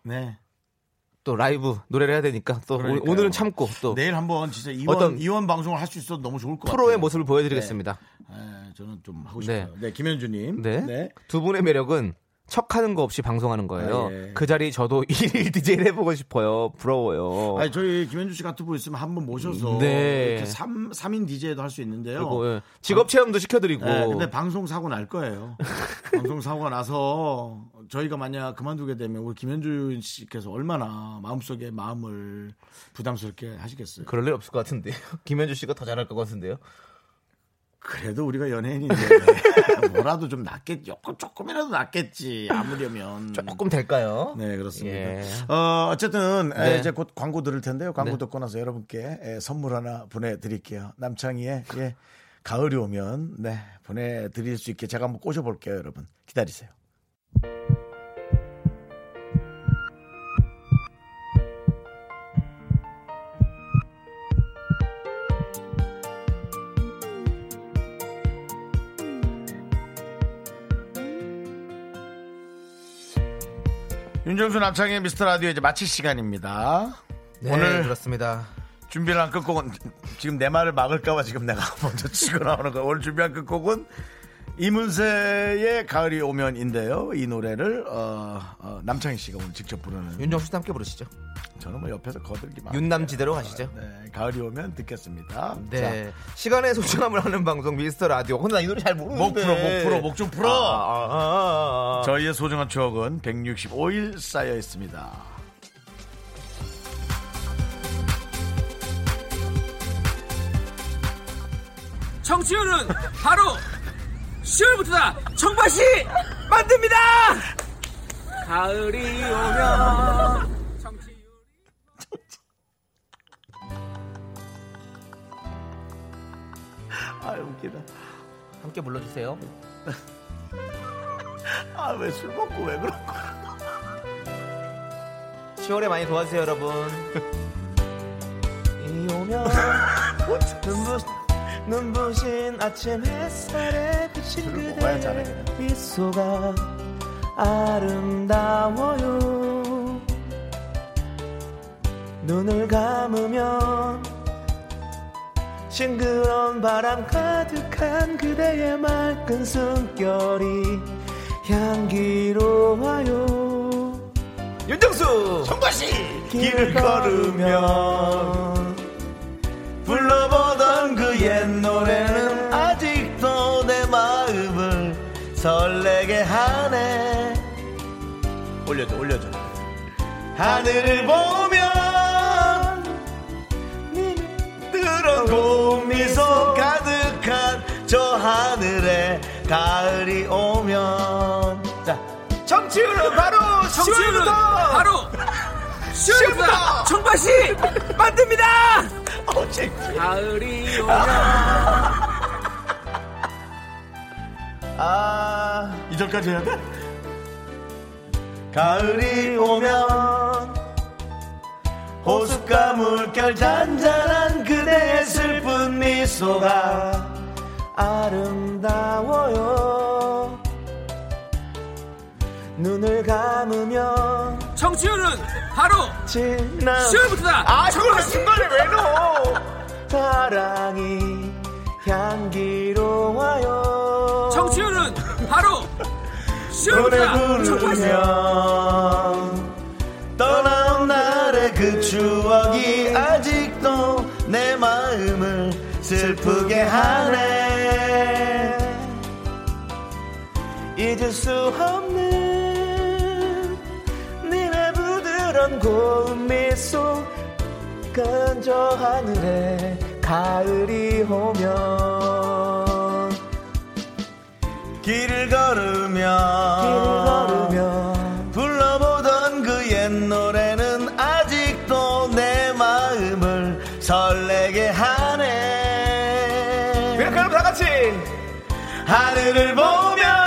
Speaker 2: 또
Speaker 1: 네.
Speaker 2: 라이브 노래를 해야 되니까 또
Speaker 1: 그러니까요. 네.
Speaker 2: 오, 늘은 참고 또
Speaker 1: 내일 한번 진짜 이원
Speaker 2: 어떤
Speaker 1: 이원 방송을 할 수 있어서 너무 좋을 것
Speaker 2: 프로의
Speaker 1: 같아요.
Speaker 2: 모습을 보여드리겠습니다.
Speaker 1: 네. 에, 저는 좀 하고
Speaker 2: 네.
Speaker 1: 싶어요. 네, 김현주님.
Speaker 2: 네. 두 분의 매력은 척하는 거 없이 방송하는 거예요.
Speaker 1: 아, 예.
Speaker 2: 그 자리 저도 일일 DJ를 해보고 싶어요. 부러워요.
Speaker 1: 아니 저희 김현주 씨 같은 분 있으면 한번 모셔서
Speaker 2: 네.
Speaker 1: 이렇게 3, 인디제이도 할 수 있는데요.
Speaker 2: 그리고 예, 직업 체험도 시켜드리고.
Speaker 1: 아. 네, 근데 방송 사고 날 거예요. 방송 사고가 나서 저희가 만약 그만두게 되면 우리 김현주 씨께서 얼마나 마음속에 마음을
Speaker 13: 그-
Speaker 1: 부담스럽게 하시겠어요.
Speaker 2: 그럴 일 없을 것 같은데요. 김현주 씨가 더 잘할 것 같은데요.
Speaker 1: 그래도 우리가 연예인인데 뭐라도 좀 낫겠 조금 조금이라도 낫겠지 아무려면
Speaker 13: 조금 될까요?
Speaker 1: 네 그렇습니다.
Speaker 13: 예.
Speaker 1: 어 어쨌든 에,
Speaker 13: 네.
Speaker 1: 이제 곧 광고 들을 텐데요. 광고
Speaker 13: 네.
Speaker 1: 듣고 나서 여러분께 에, 선물 하나 보내드릴게요. 남창희의 예, 가을이 오면 네 보내드릴 수 있게 제가 한번 꼬셔볼게요, 여러분 기다리세요. 윤정수 남창희의 미스터 라디오 이제 마칠 시간입니다.
Speaker 13: 네, 그렇습니다.
Speaker 1: 준비를 한 끝곡은 지금 내 말을 막을까봐 지금 내가 먼저 치고 나오는 거예요. 오늘 준비한 끝곡은 이문세의 가을이 오면인데요. 이 노래를 어, 어, 남창희 씨가 오늘 직접 부르는
Speaker 13: 윤정수 씨도 함께 부르시죠.
Speaker 1: 저는 뭐 옆에서 거들기만
Speaker 13: 윤남지대로 가시죠.
Speaker 1: 네, 가을이 오면 듣겠습니다.
Speaker 13: 네. 시간의 소중함을 하는 방송 미스터 라디오. 근데 나이 노래 잘 모르는데.
Speaker 1: 목 풀어, 목 풀어, 목 좀 풀어.
Speaker 13: 아, 아, 아, 아.
Speaker 1: 저희의 소중한 추억은 165일 쌓여 있습니다.
Speaker 8: 청취율은 바로 10월부터다 청바시 만듭니다 가을이 오면
Speaker 1: 아 웃기다.
Speaker 13: 함께 불러주세요.
Speaker 1: 아 왜 술 먹고 왜 그런 거야?
Speaker 13: 10월에 많이 도와주세요, 여러분. 이 오면 눈부, 눈부신 아침 햇살에 비친
Speaker 1: 먹어야
Speaker 13: 그대
Speaker 1: 잘하겠네.
Speaker 13: 미소가 아름다워요. 눈을 감으면 싱그러운 바람 가득한 그대의 맑은 숨결이 향기로워요. 윤정수
Speaker 1: 송가시
Speaker 13: 길을 걸으면 불러보던 그 옛 노래는 아직도 내 마음을 설레게 하네
Speaker 1: 올려줘, 올려줘.
Speaker 13: 하늘을 보면 뜨거운 봄미소 가득한 저 하늘에 가을이 오면 자 정치율은 바로
Speaker 8: 청취율은
Speaker 13: 정치율부터
Speaker 8: 바로 10월부터다 청바시 만듭니다 가을이 오면
Speaker 13: 아
Speaker 1: 이절까지 해야 돼?
Speaker 13: 가을이 오면 호숫가 물결 잔잔한 그대의 슬픈 미소가 아름다워요 눈을 감으면
Speaker 8: 청취율은 바로
Speaker 13: 지나
Speaker 8: 10월부터다
Speaker 13: 아 저걸 중간에 왜 넣어 사랑이 향기로워요
Speaker 8: 청취율은 바로
Speaker 13: 노래
Speaker 8: 10월부터다 청바시
Speaker 13: 부르면 떠나온 날의 그 추억이 아직도 내 마음을 슬프게 하네 잊을 수 없는 니네 부드러운 고운 미소 간저 하늘에 가을이 오면 길을 걸으면 불러보던 그 옛 노래는 아직도 내 마음을 설레게 하네 이렇게 여러분 다 같이 하늘을 보면